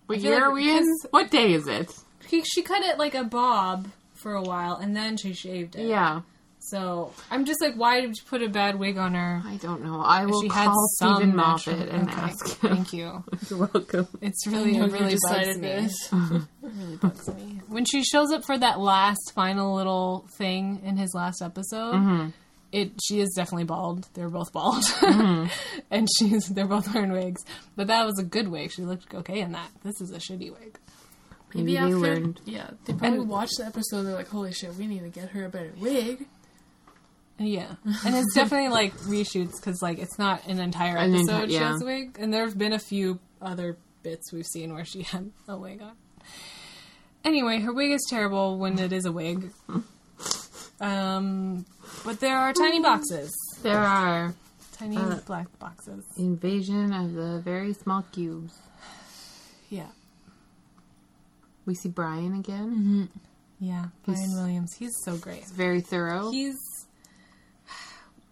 Speaker 6: What
Speaker 8: feel
Speaker 6: year
Speaker 8: like
Speaker 6: are we in?
Speaker 8: because-
Speaker 6: What day is it?
Speaker 8: She, she cut it like a bob for a while, and then she shaved it.
Speaker 6: Yeah,
Speaker 8: So I'm just like, why did you put a bad wig on her?
Speaker 6: I don't know. I will
Speaker 8: She had
Speaker 6: call
Speaker 8: some
Speaker 6: Stephen
Speaker 8: natural-
Speaker 6: Moffat and
Speaker 8: Okay,
Speaker 6: ask him.
Speaker 8: Thank you.
Speaker 6: You're welcome.
Speaker 8: It's really,
Speaker 7: know
Speaker 8: it
Speaker 7: you
Speaker 8: really bugs
Speaker 7: decided
Speaker 8: me.
Speaker 7: this.
Speaker 8: it really bugs me. When she shows up for that last final little thing in his last episode,
Speaker 6: Mm-hmm.
Speaker 8: it she is definitely bald. They're both bald,
Speaker 6: Mm-hmm.
Speaker 8: and she's they're both wearing wigs. But that was a good wig. She looked okay in that. This is a shitty wig.
Speaker 6: Maybe
Speaker 7: after,
Speaker 6: they learned.
Speaker 7: Yeah, they probably watched the episode. and They're like, "Holy shit, we need to get her a better wig."
Speaker 8: Yeah, and it's definitely like reshoots because like it's not an entire
Speaker 6: An
Speaker 8: episode
Speaker 6: entire-
Speaker 8: she
Speaker 6: yeah.
Speaker 8: has a wig, and there have been a few other bits we've seen where she had a wig on. Anyway, her wig is terrible when it is a wig. Um, but there are tiny boxes,
Speaker 6: There are
Speaker 8: tiny black boxes.
Speaker 6: invasion of the very small cubes.
Speaker 8: Yeah,
Speaker 6: We see Brian again.
Speaker 8: yeah. Brian Williams, he's so great.
Speaker 6: He's very thorough.
Speaker 8: He's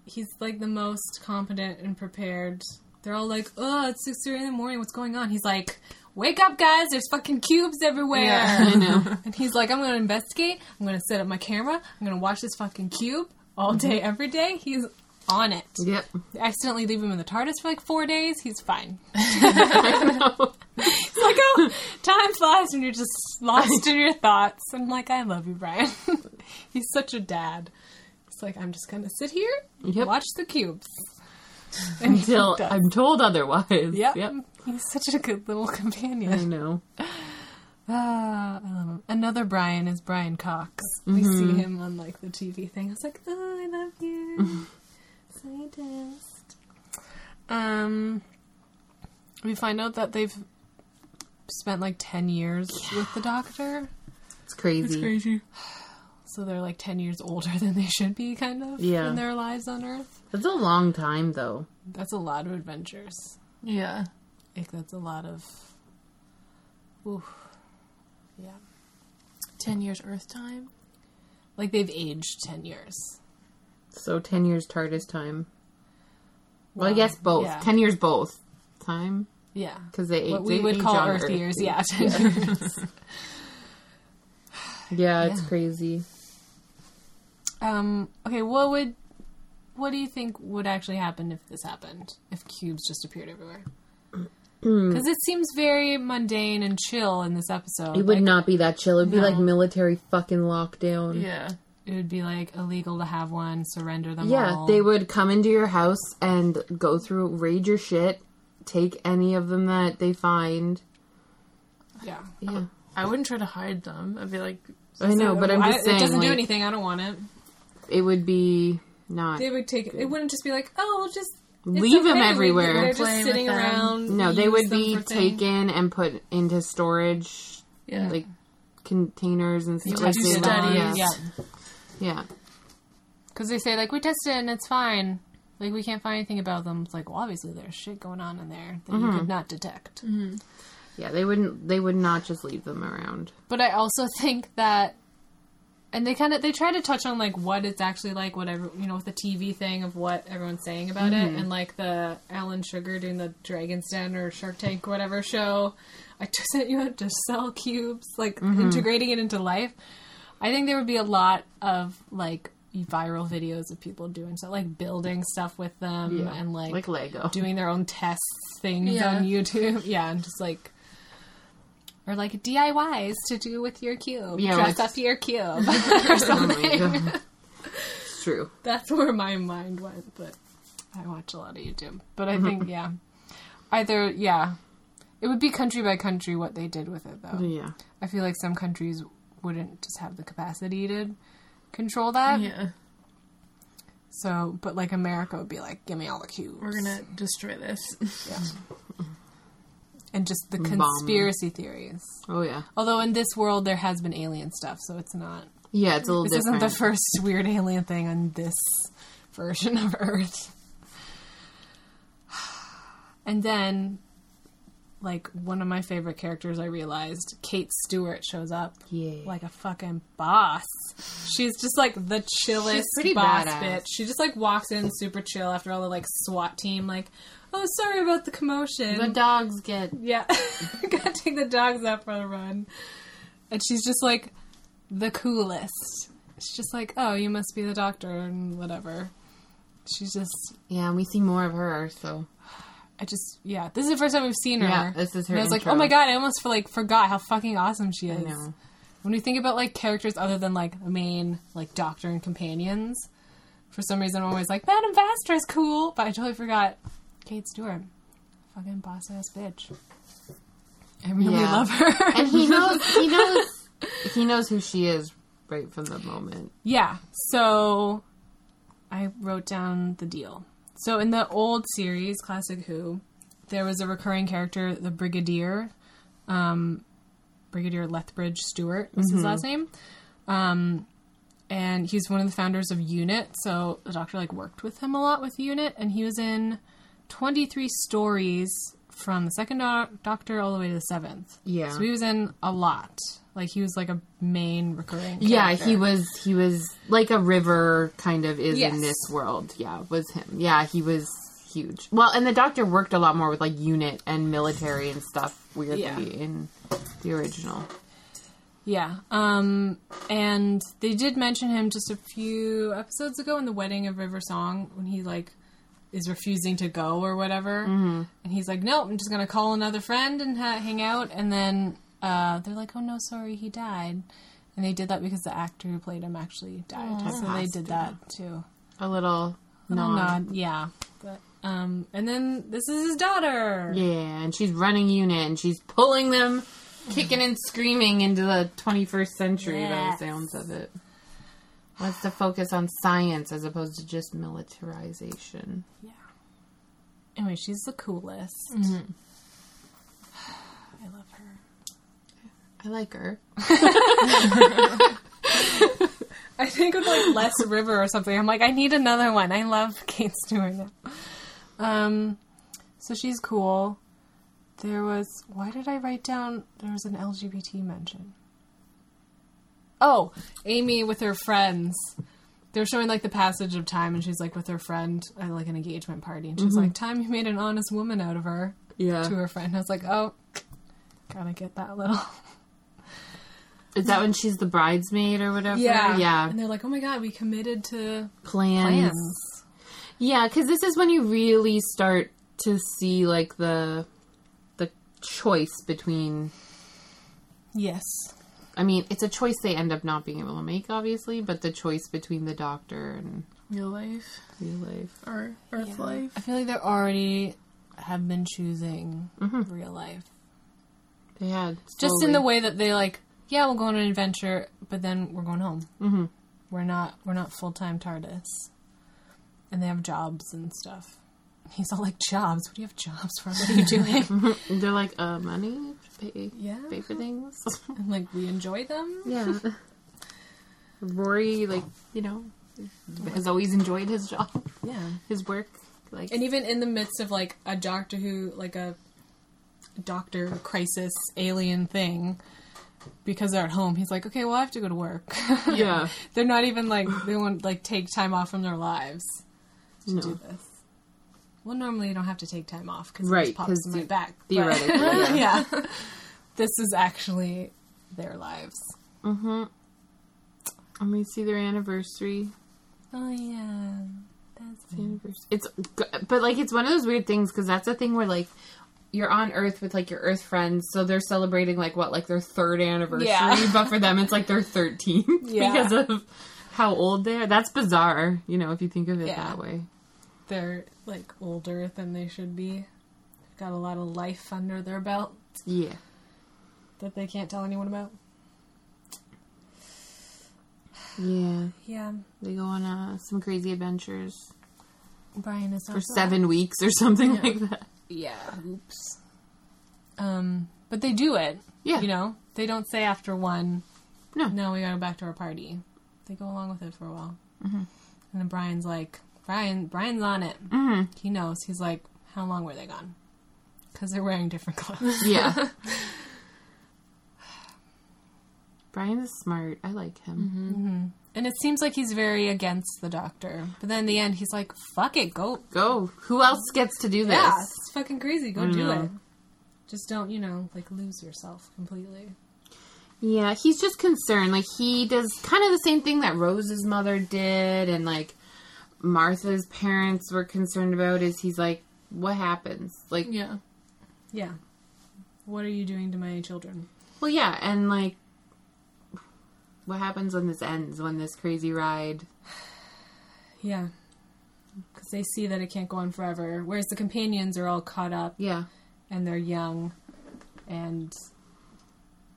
Speaker 8: he's like the most competent and prepared. They're all like, "Oh, it's six thirty in the morning. What's going on?" He's like, "Wake up, guys! There's fucking cubes everywhere." I know. And he's like, "I'm going to investigate. I'm going to set up my camera. I'm going to watch this fucking cube all day, every day." He's on it.
Speaker 6: yep.
Speaker 8: They accidentally leave him in the TARDIS for like four days. He's fine. It's like, oh, time flies when you're just lost in your thoughts. I'm like, I love you, Brian. He's such a dad. He's like, I'm just gonna sit here,
Speaker 6: Yep.
Speaker 8: watch the cubes.
Speaker 6: Until I'm told otherwise.
Speaker 8: Yep. Mm-hmm.
Speaker 6: Yep.
Speaker 8: He's such a good little
Speaker 6: I
Speaker 8: companion.
Speaker 6: know.
Speaker 8: Ah, I love him. Another Brian is Brian Cox. We see him on like the TV thing. I was like, oh, I love you, sweetest. Um, we find out that they've spent like ten years with the doctor.
Speaker 6: It's crazy.
Speaker 7: Crazy.
Speaker 8: Mm-hmm. So they're like 10 years older than they should be, kind of,
Speaker 6: Yeah.
Speaker 8: in their lives on Earth.
Speaker 6: That's a long time, though.
Speaker 8: That's a lot of adventures.
Speaker 7: Yeah.
Speaker 8: Like, that's a lot of. Oof. Yeah.
Speaker 7: Ten years Earth time.
Speaker 8: Like, they've aged 10 years.
Speaker 6: So ten years TARDIS time. Well, I
Speaker 8: Wow.
Speaker 6: guess both.
Speaker 8: Yeah.
Speaker 6: Ten years both time
Speaker 8: Yeah.
Speaker 6: because they ate.
Speaker 8: What we
Speaker 6: they
Speaker 8: would
Speaker 6: age
Speaker 8: call
Speaker 6: on
Speaker 8: Earth, years. Yeah, 10 years.
Speaker 6: Yeah, it's
Speaker 8: Yeah.
Speaker 6: crazy.
Speaker 8: Um, okay, what would. What do you think would actually happen if this happened? If cubes just appeared everywhere? Because it seems very mundane and chill in this episode.
Speaker 6: It would
Speaker 8: Like,
Speaker 6: not be that chill. It'd be
Speaker 8: No.
Speaker 6: like military fucking lockdown.
Speaker 7: Yeah.
Speaker 8: it would be like illegal to have one. Surrender them
Speaker 6: Yeah,
Speaker 8: all.
Speaker 6: they would come into your house and go through, raid your shit, take any of them that they find.
Speaker 8: Yeah.
Speaker 6: Yeah,
Speaker 7: I wouldn't try to hide them. I'd be like,
Speaker 6: I know, but I'm
Speaker 8: I-
Speaker 6: just saying,
Speaker 8: it doesn't do
Speaker 6: like,
Speaker 8: anything. I don't want it.
Speaker 6: It would be not.
Speaker 8: They would take. It wouldn't just be like, oh, we'll just it's
Speaker 6: Leave 'em
Speaker 8: okay, we-
Speaker 6: everywhere.
Speaker 8: They're
Speaker 7: Play
Speaker 8: just
Speaker 7: with
Speaker 8: sitting
Speaker 7: them.
Speaker 8: around.
Speaker 6: No, they
Speaker 8: use
Speaker 6: would
Speaker 8: them
Speaker 6: be
Speaker 8: for things.
Speaker 6: taken and put into storage,
Speaker 7: yeah,
Speaker 6: like containers and stuff.
Speaker 8: To
Speaker 6: Like
Speaker 8: do
Speaker 6: they-
Speaker 8: studies.
Speaker 6: Yeah,
Speaker 8: Yeah,
Speaker 6: yeah.
Speaker 8: because they say like we tested and it's fine. Like we can't find anything about them. It's like well, obviously there's shit going on in there that
Speaker 6: Mm-hmm.
Speaker 8: you could not detect.
Speaker 6: Yeah, They wouldn't. They would not just leave them around.
Speaker 8: But I also think that, and they kind of they try to touch on like what it's actually like, whatever you know, with the TV thing of what everyone's saying about it, and like the Alan Sugar doing the Dragon's Den or Shark Tank or whatever show. I just sent you out to sell cubes, like integrating it into life. I think there would be a lot of like viral videos of people doing stuff, like building stuff with them,
Speaker 6: Yeah.
Speaker 8: and like
Speaker 6: Like Lego.
Speaker 8: doing their own tests things
Speaker 7: Yeah.
Speaker 8: on YouTube. Yeah, and just like or like DIYs to do with your cube.
Speaker 6: Yeah,
Speaker 8: Dress
Speaker 6: like-
Speaker 8: up your cube or something.
Speaker 6: It's true.
Speaker 8: That's where my mind went, but I watch a lot of YouTube. But I think yeah. Either yeah. It would be country by country what they did with it though.
Speaker 6: Oh, Yeah.
Speaker 8: I feel like some countries wouldn't just have the capacity to control that.
Speaker 7: yeah.
Speaker 8: So, but like America would be like, give me all the cubes.
Speaker 7: We're gonna destroy this.
Speaker 8: and just the
Speaker 6: Bomb.
Speaker 8: conspiracy theories.
Speaker 6: Oh yeah.
Speaker 8: Although in this world there has been alien stuff, so it's not.
Speaker 6: Yeah. It's a little
Speaker 8: This
Speaker 6: different.
Speaker 8: isn't the first weird alien thing on this version of Earth. And then, like one of my favorite characters, I realized Kate Stewart shows up
Speaker 6: Yeah.
Speaker 8: like a fucking boss. She's just like the chillest
Speaker 6: pretty
Speaker 8: boss
Speaker 6: badass.
Speaker 8: bitch. She just like walks in super chill after all the like SWAT team like, oh sorry about the commotion.
Speaker 6: The dogs get.
Speaker 8: Yeah. Gotta take the dogs out for a run. And she's just like the coolest. She's just like, oh, you must be the doctor and whatever. She's just,
Speaker 6: Yeah, and we see more of her. So
Speaker 8: I just, yeah. This is the first time we've seen her.
Speaker 6: Yeah, this is her
Speaker 8: And I was like,
Speaker 6: intro.
Speaker 8: oh my god, I almost like forgot how fucking awesome she is.
Speaker 6: know.
Speaker 8: When we think about like characters other than like the main like doctor and companions, for some reason I'm always like, Madame Vastra's cool, but I totally forgot Kate Stewart, fucking boss ass bitch. I really
Speaker 6: Yeah.
Speaker 8: love her.
Speaker 6: and he knows. He knows. he knows who she is right from the moment.
Speaker 8: Yeah. So I wrote down the deal. So in the old series, Classic Who, there was a recurring character, the Brigadier, um, Brigadier Lethbridge Stewart was
Speaker 6: Mm-hmm.
Speaker 8: his last name, um, and he's one of the founders of Unit. So the Doctor like worked with him a lot with Unit, and he was in twenty three stories from the second Do- Doctor all the way to the seventh.
Speaker 6: Yeah.
Speaker 8: So he was in a lot. Like he was like a main recurring.
Speaker 6: Yeah,
Speaker 8: character.
Speaker 6: he was. He was like a river kind of is
Speaker 8: Yes.
Speaker 6: in this world. Yeah, was him. Yeah, he was huge. Well, and the Doctor worked a lot more with like unit and military and stuff. Weirdly,
Speaker 8: Yeah.
Speaker 6: in the original.
Speaker 8: Yeah. Um, and they did mention him just a few episodes ago in the wedding of River Song when he like is refusing to go or whatever,
Speaker 6: Mm-hmm.
Speaker 8: and he's like, "Nope, I'm just gonna call another friend and ha- hang out." And then uh, they're like, "Oh no, sorry, he died." And they did that because the actor who played him actually died, so they did that too.
Speaker 6: A little,
Speaker 8: Little
Speaker 6: nod.
Speaker 8: nod, yeah. But um, and then this is his daughter.
Speaker 6: Yeah, and she's running unit and she's pulling them, kicking and screaming into the 21st century by the
Speaker 8: Yes.
Speaker 6: sounds of it. Wants to focus on science as opposed to just militarization.
Speaker 8: Anyway, she's the coolest.
Speaker 6: Mm-hmm.
Speaker 8: I love her.
Speaker 6: I like her.
Speaker 8: I think of like Less River or something. I'm like, I need another one. I love Kate Stewart now. Um, so she's cool. There was why did I write down there was an LGBT mention? Oh, Amy with her friends. They're showing like the passage of time, and she's like with her friend at like an engagement party, and she's like, "Time you made an honest woman out of her."
Speaker 6: Mm-hmm. Yeah.
Speaker 8: To her friend, I was like, "Oh, gotta get that little."
Speaker 6: Is that when she's the bridesmaid or whatever? Yeah.
Speaker 8: And they're like, "Oh my god, we committed to
Speaker 6: Plans.
Speaker 8: plans."
Speaker 6: Yeah, because this is when you really start to see like the the choice between
Speaker 8: Yes.
Speaker 6: I mean, it's a choice they end up not being able to make, obviously, but the choice between the doctor and
Speaker 7: Real life
Speaker 6: real life.
Speaker 7: or Earth life.
Speaker 8: I feel like they're already have been choosing real life.
Speaker 6: They had
Speaker 8: Just in
Speaker 6: slowly-
Speaker 8: the way that they like, yeah, we'll go on an adventure, but then we're going home. Mm-hmm. We're not we're not full time TARDIS, and they have jobs and stuff. He's all like, jobs? What do you have jobs for? What are you doing?
Speaker 6: They're like, uh, money? Pay,
Speaker 8: Yeah.
Speaker 6: pay for things?
Speaker 8: and like, we enjoy them.
Speaker 6: yeah. Rory, like, you know, has always enjoyed his job,
Speaker 8: Yeah.
Speaker 6: his work. Like,
Speaker 8: And even in the midst of like a Doctor Who, like a doctor crisis alien thing, because they're at home, he's like, okay, well, I have to go to work.
Speaker 6: yeah.
Speaker 8: they're not even like, they won't like take time off from their lives to
Speaker 6: No.
Speaker 8: do this. Well, normally you don't have to take time off because it
Speaker 6: Right,
Speaker 8: just pops
Speaker 6: 'cause
Speaker 8: in my
Speaker 6: you-
Speaker 8: back. but-
Speaker 6: Theoretically. yeah.
Speaker 8: yeah. this is actually their lives.
Speaker 6: And we see their anniversary.
Speaker 8: Oh, yeah. That's
Speaker 6: Anniversary. It's, g- but like, it's one of those weird things because that's a thing where like, you're on Earth with like your Earth friends, so they're celebrating like what, like their third anniversary,
Speaker 8: Yeah.
Speaker 6: but for them it's like their thirteenth
Speaker 8: Yeah.
Speaker 6: because of how old they are. That's bizarre, you know, if you think of it
Speaker 8: Yeah.
Speaker 6: that way.
Speaker 8: They're like older than they should be. Got a lot of life under their belt.
Speaker 6: Yeah.
Speaker 8: that they can't tell anyone about.
Speaker 6: Yeah.
Speaker 8: Yeah,
Speaker 6: They go on uh, some crazy adventures
Speaker 8: Brian is
Speaker 6: for seven weeks or something like that.
Speaker 8: Yeah, oops. Um, but they do it.
Speaker 6: Yeah.
Speaker 8: you know, they don't say after one.
Speaker 6: No.
Speaker 8: no, we gotta go back to our party. They go along with it for a while, mm-hmm. and then Brian's like, Brian, Brian's on it. Mm-hmm. He knows. He's like, how long were they gone? Because they're wearing different clothes.
Speaker 6: Yeah. Brian is smart. I like
Speaker 8: Mm-hmm.
Speaker 6: him.
Speaker 8: and it seems like he's very against the doctor. But then in the end, he's like, fuck it, go
Speaker 6: Go. Who else gets to do this?
Speaker 8: Yeah, it's fucking crazy. Go do
Speaker 6: know.
Speaker 8: it. Just don't, you know, like lose yourself completely.
Speaker 6: Yeah, he's just concerned. Like he does kind of the same thing that Rose's mother did and like Martha's parents were concerned about is he's like what happens? Like
Speaker 7: Yeah.
Speaker 8: Yeah. What are you doing to my children?
Speaker 6: Well, yeah, and like, what happens when this ends? When this crazy ride?
Speaker 8: Yeah. Because they see that it can't go on forever. Whereas the companions are all caught up
Speaker 6: Yeah,
Speaker 8: and they're young and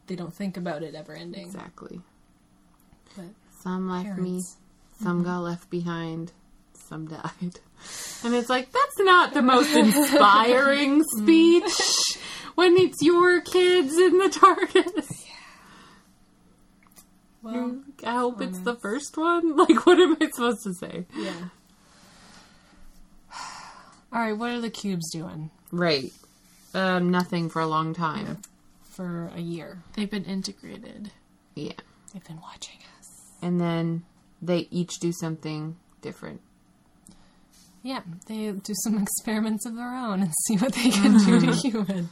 Speaker 8: they don't think about it ever ending.
Speaker 6: exactly.
Speaker 8: But
Speaker 6: Some left me,
Speaker 8: parents. Mm-hmm.
Speaker 6: some got left behind, some died. And it's like, that's not the most inspiring
Speaker 8: Mm.
Speaker 6: speech when it's your kids in the TARDIS.
Speaker 8: Well,
Speaker 6: I hope it's the first one. Like, what am I supposed to say?
Speaker 8: yeah. All right, what are the cubes doing
Speaker 6: Right. Um, nothing for a long time.
Speaker 8: for a year?
Speaker 7: They've been integrated.
Speaker 6: Yeah.
Speaker 8: They've been watching us.
Speaker 6: And then they each do something different.
Speaker 8: Mm-hmm. Yeah, they do some experiments of their own and see what they can do to humans,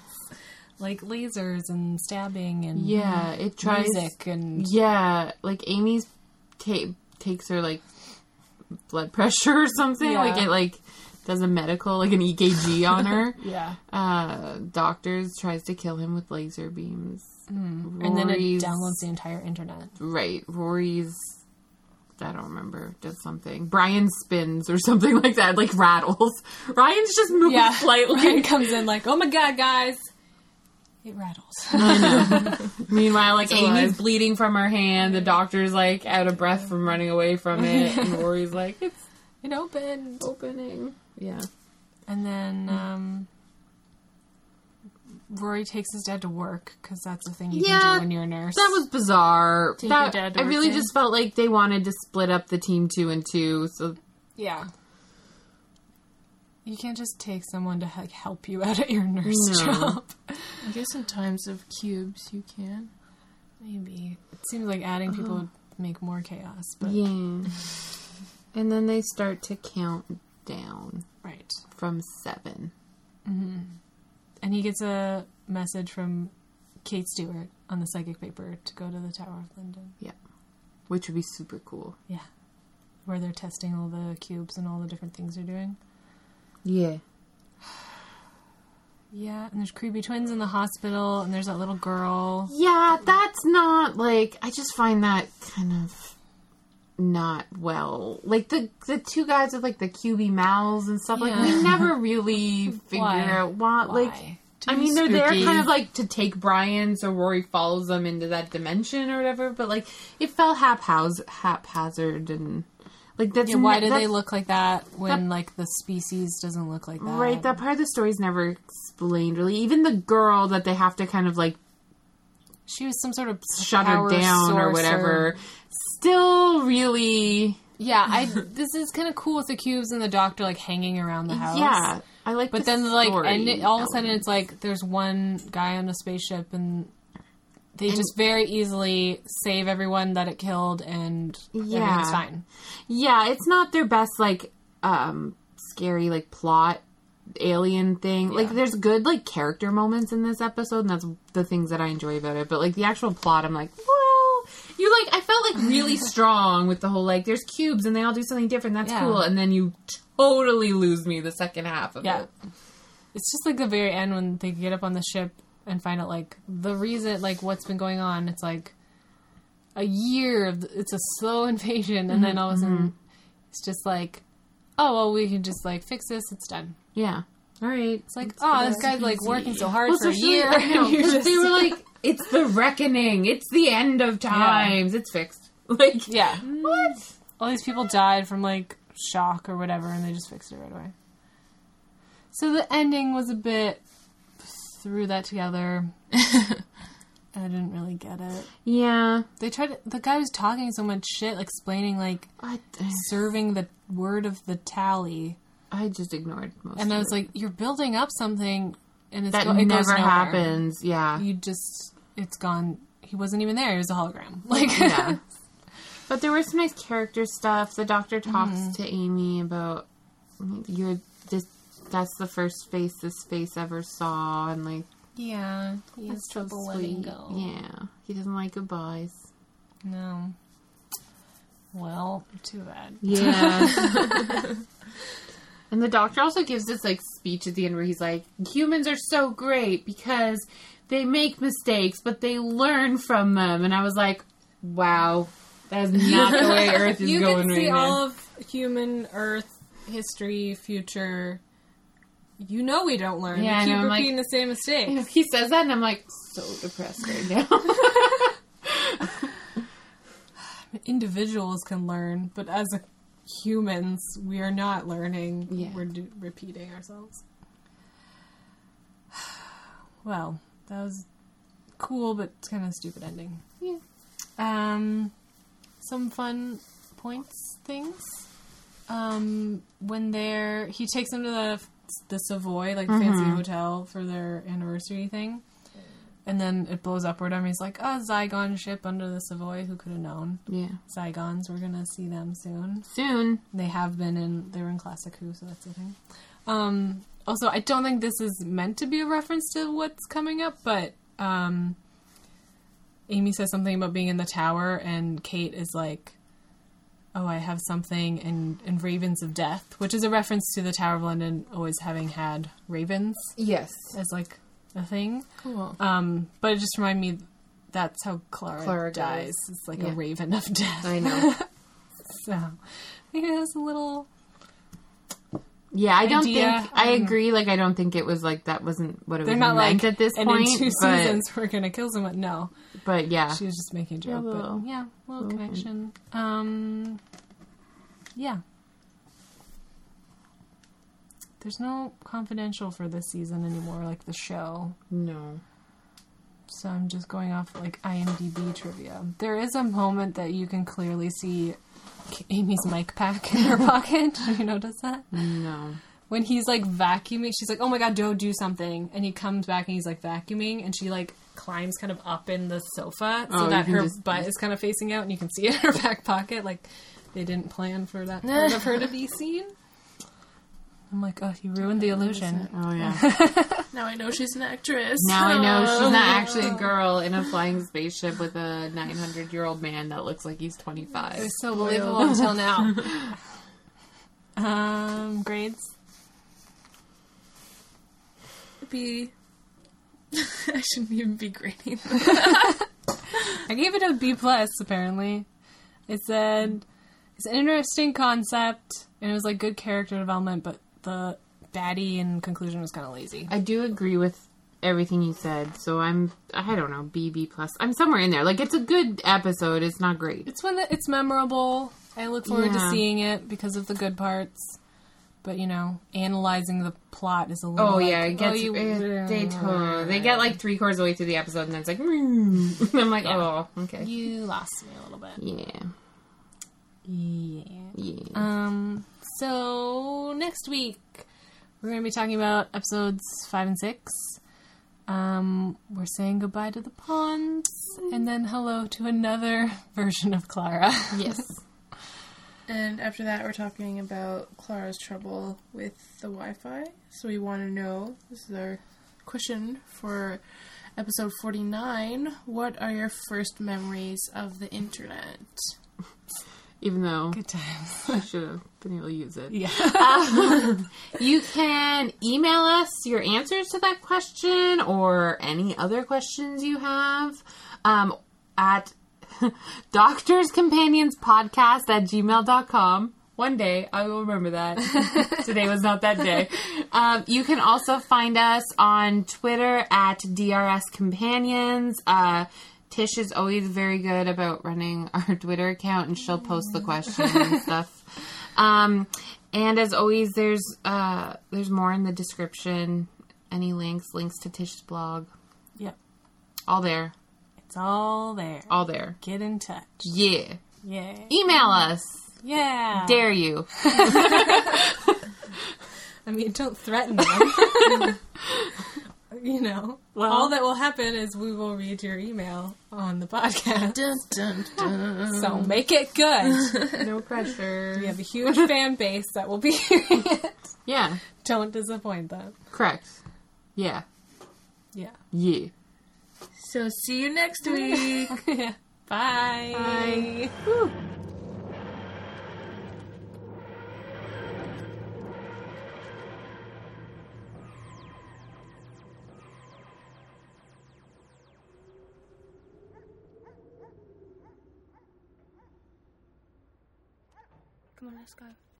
Speaker 8: like lasers and stabbing and
Speaker 6: Yeah, it tries.
Speaker 8: music and
Speaker 6: Yeah, like Amy's ta- takes her like blood pressure or something. Like
Speaker 8: Yeah.
Speaker 6: it like does a medical like an EKG on her.
Speaker 8: yeah,
Speaker 6: Uh, doctors tries to kill him with laser beams.
Speaker 8: and then it
Speaker 6: Rory's-
Speaker 8: downloads the entire internet.
Speaker 6: Right, Rory's. I don't remember. Does something. Brian spins or something like that. Like rattles. Ryan's just moving
Speaker 8: Yeah,
Speaker 6: slightly.
Speaker 8: Ryan comes in like, "Oh my god, guys!" It
Speaker 6: Uh-huh.
Speaker 8: rattles.
Speaker 6: Meanwhile, like Amy's
Speaker 8: alive.
Speaker 6: bleeding from her hand. The doctor's like out of breath from running away from it, and Rory's like, "It's
Speaker 8: it opened,
Speaker 6: opening." Yeah,
Speaker 8: and then um, Rory takes his dad to work because that's the thing you can
Speaker 6: Yeah,
Speaker 8: do when you're a nurse.
Speaker 6: that was bizarre.
Speaker 7: Take
Speaker 6: That-
Speaker 7: your dad to
Speaker 6: I
Speaker 7: work
Speaker 6: really
Speaker 7: in.
Speaker 6: just felt like they wanted to split up the team two and two. So
Speaker 8: Yeah. You can't just take someone to like help you out at your nurse
Speaker 6: No.
Speaker 8: job.
Speaker 7: I guess in times of cubes you can.
Speaker 8: Maybe it seems like adding people would make more chaos, but
Speaker 6: Uh-huh. yeah, and then they start to count down
Speaker 8: right.
Speaker 6: from seven.
Speaker 8: And he gets a message from Kate Stewart on the psychic paper to go to the Tower of London.
Speaker 6: Yeah, which would be super cool.
Speaker 8: Yeah, where they're testing all the cubes and all the different things they're doing.
Speaker 6: Yeah,
Speaker 8: Yeah, and there's creepy twins in the hospital, and there's that little girl.
Speaker 6: Yeah, that's not like I just find that kind of not well. Like the the two guys with like the cubby mouths and stuff. Like
Speaker 8: Yeah.
Speaker 6: we never really figure
Speaker 8: Why?
Speaker 6: out why. Like
Speaker 8: Why?
Speaker 6: I mean, they're there kind of like to take Brian, so Rory follows them into that dimension or whatever. But like it felt haphaz- haphazard and like that's
Speaker 8: Yeah, why
Speaker 6: ne-
Speaker 8: do they
Speaker 6: that's-
Speaker 8: look like that when like the species doesn't look like that?
Speaker 6: Right, that part of the story's never explained really. Even the girl that they have to kind of like
Speaker 8: she was some sort of
Speaker 6: shut her
Speaker 8: power
Speaker 6: down or
Speaker 8: source
Speaker 6: whatever, still really
Speaker 8: Yeah, I this is kind of cool with the cubes and the doctor like hanging around the house.
Speaker 6: Yeah, I like.
Speaker 8: But
Speaker 6: the
Speaker 8: then, like,
Speaker 6: story
Speaker 8: and it, all of a sudden,
Speaker 6: element.
Speaker 8: it's like there's one guy on a spaceship, and they just very easily save everyone that it killed, and
Speaker 6: Yeah.
Speaker 8: everything's fine.
Speaker 6: yeah, it's not their best like um scary like plot alien thing. Like, there's good like character moments in this episode, and that's the things that I enjoy about it. But like the actual plot, I'm like, well, you like I felt like really strong with the whole like there's cubes and they all do something different. That's
Speaker 8: Yeah.
Speaker 6: cool, and then you totally lose me the second half of
Speaker 8: Yeah.
Speaker 6: it.
Speaker 8: It's just like the very end when they get up on the ship and find out like the reason, like what's been going on. It's like a year. of- It's a slow invasion, and
Speaker 6: Mm-hmm.
Speaker 8: then all of a sudden, it's just like, oh well, we can just like fix this. It's done.
Speaker 6: Yeah. All right. It's
Speaker 8: Like, oh, this guy's like working so hard for a
Speaker 6: especially-
Speaker 8: year.
Speaker 6: I know,
Speaker 8: and you're
Speaker 6: 'cause
Speaker 8: just-
Speaker 6: they were like, "It's the reckoning. It's the end of times. It's fixed." Like,
Speaker 8: yeah.
Speaker 6: what?
Speaker 8: all these people died from like shock or whatever, and they just fixed it right away. So the ending was a bit threw that together. I didn't really get it.
Speaker 6: Yeah.
Speaker 8: They tried. The guy was talking so much shit, like explaining like
Speaker 6: I,
Speaker 8: serving the word of the tally,
Speaker 6: I just ignored most.
Speaker 8: and
Speaker 6: of
Speaker 8: I was
Speaker 6: it.
Speaker 8: like, "You're building up something, and it's
Speaker 6: "That
Speaker 8: go- it goes
Speaker 6: never
Speaker 8: nowhere.
Speaker 6: happens." Yeah.
Speaker 8: You just it's gone. He wasn't even there. He was a hologram. Like
Speaker 6: yeah. But there was some nice character stuff. The doctor talks
Speaker 8: Mm-hmm.
Speaker 6: to Amy about you're this. That's the first face this face ever saw, and like
Speaker 8: yeah, he
Speaker 6: that's
Speaker 8: has
Speaker 6: so
Speaker 8: trouble
Speaker 6: sweet.
Speaker 8: letting go.
Speaker 6: Yeah, he doesn't like goodbyes.
Speaker 8: No. Well, too bad.
Speaker 6: Yeah. and the doctor also gives this like speech at the end where he's like, "Humans are so great because they make mistakes, but they learn from them." And I was like, "Wow, that's not the way Earth is
Speaker 8: you
Speaker 6: going
Speaker 8: can
Speaker 6: right
Speaker 8: see
Speaker 6: now."
Speaker 8: all of human Earth history, future. You know we don't learn.
Speaker 6: Yeah, I
Speaker 8: we keep
Speaker 6: know, I'm like-
Speaker 8: repeating the same
Speaker 6: You know,
Speaker 8: mistakes.
Speaker 6: he says that, and I'm like so depressed right now.
Speaker 8: Individuals can learn, but as a, humans, we are not learning.
Speaker 6: Yeah.
Speaker 8: We're do- repeating ourselves. Well, that was cool, but it's kind of a stupid ending.
Speaker 6: Yeah.
Speaker 8: Um, some fun points things. Um, when they're he takes them to the the Savoy, like fancy
Speaker 6: Mm-hmm.
Speaker 8: hotel for their anniversary thing, and then it blows up. Or whatever. and He's like, "Oh, Zygon ship under the Savoy. Who could have known?
Speaker 6: yeah,
Speaker 8: Zygons. We're gonna see them soon.
Speaker 6: soon.
Speaker 8: They have been in. They were in Classic Who, so that's the thing. Um, also, I don't think this is meant to be a reference to what's coming up, but um, Amy says something about being in the tower, and Kate is like, "Oh, I have something," and and Ravens of Death, which is a reference to the Tower of London always having had ravens
Speaker 6: Yes.
Speaker 8: as like a thing.
Speaker 6: Cool.
Speaker 8: Um, but it just reminded me that's how Clara,
Speaker 6: Clara
Speaker 8: dies.
Speaker 6: dies.
Speaker 8: It's like
Speaker 6: Yeah.
Speaker 8: a raven of death.
Speaker 6: I know.
Speaker 8: So maybe that was a little
Speaker 6: Yeah, I don't
Speaker 8: Idea.
Speaker 6: think I agree. Like, I don't think it was like that wasn't what it
Speaker 8: They're
Speaker 6: was
Speaker 8: not
Speaker 6: meant
Speaker 8: like
Speaker 6: at this
Speaker 8: and
Speaker 6: point.
Speaker 8: in two
Speaker 6: but,
Speaker 8: seasons we're gonna kill someone. No,
Speaker 6: but yeah,
Speaker 8: she was just making a joke.
Speaker 6: Yeah,
Speaker 8: but
Speaker 6: little-
Speaker 8: yeah, little connection. Um, yeah. There's no confidential for this season anymore, like the show.
Speaker 6: no.
Speaker 8: So I'm just going off like IMDb trivia. There is a moment that you can clearly see Amy's mic pack in her pocket. Did you notice that?
Speaker 6: No.
Speaker 8: when he's like vacuuming, she's like, "Oh my god, Joe, do something!" And he comes back and he's like vacuuming, and she like climbs kind of up in the sofa so
Speaker 6: Oh, you
Speaker 8: that
Speaker 6: can
Speaker 8: her
Speaker 6: just-
Speaker 8: butt is kind of facing out, and you can see it in her back pocket. Like they didn't plan for that part of her to be seen. I'm like, oh, you ruined the illusion.
Speaker 6: Oh yeah.
Speaker 7: Now I know she's an actress.
Speaker 6: Now I know she's not actually a girl in a flying spaceship with a 900 year old man that looks like he's 25.
Speaker 8: It's so believable until now. um, grades.
Speaker 7: be. I shouldn't even be grading.
Speaker 8: I gave it a B plus. Apparently, it said it's an interesting concept, and it was like good character development, but the baddie in conclusion was kind of lazy.
Speaker 6: I do agree with everything you said, so I'm I don't know B B plus. I'm somewhere in there. Like it's a good episode. It's not great.
Speaker 8: It's one that it's memorable. I look forward
Speaker 6: Yeah.
Speaker 8: to seeing it because of the good parts. But you know, analyzing the plot is a little.
Speaker 6: Oh
Speaker 8: like,
Speaker 6: yeah, it gets
Speaker 8: oh, you-
Speaker 6: eh, they to- they get like three quarters of the way through the episode and then it's like "Mm." I'm like oh okay
Speaker 8: you lost me a little bit.
Speaker 6: yeah
Speaker 8: Yeah.
Speaker 6: yeah
Speaker 8: Um, so next week we're going to be talking about episodes five and six. Um, we're saying goodbye to the pawns and then hello to another version of Clara.
Speaker 6: yes.
Speaker 7: and after that, we're talking about Clara's trouble with the Wi Fi. So we want to know this is our question for episode 49 What are your first memories of the internet?
Speaker 6: Even though
Speaker 8: Good times.
Speaker 6: I should have been able to use it.
Speaker 8: Yeah.
Speaker 6: You can email us your answers to that question or any other questions you have um, at doctors companions podcast at gmail.com. One day I will remember that. Today was not that day. Um, you can also find us on Twitter at DRS Companions. Uh, Tish is always very good about running our Twitter account and she'll post the questions and stuff. Um, and as always, there's uh, there's more in the description. Any links, links to Tish's blog,
Speaker 8: yep.
Speaker 6: all there,
Speaker 8: It's all there.
Speaker 6: all there.
Speaker 8: Get in touch.
Speaker 6: Yeah,
Speaker 8: Yeah.
Speaker 6: email us.
Speaker 8: Yeah.
Speaker 6: Dare you?
Speaker 8: I mean, don't threaten them. you know,
Speaker 6: Well-
Speaker 8: all that will happen is we will read your email on the podcast.
Speaker 7: Dun, dun, dun.
Speaker 8: So make it good.
Speaker 6: No pressure.
Speaker 8: We have a huge fan base that will be hearing it.
Speaker 6: Yeah,
Speaker 8: Don't disappoint them.
Speaker 6: correct. Yeah,
Speaker 8: Yeah.
Speaker 6: yeah.
Speaker 7: So see you next week.
Speaker 8: Bye. Bye.
Speaker 5: Come on, let's go.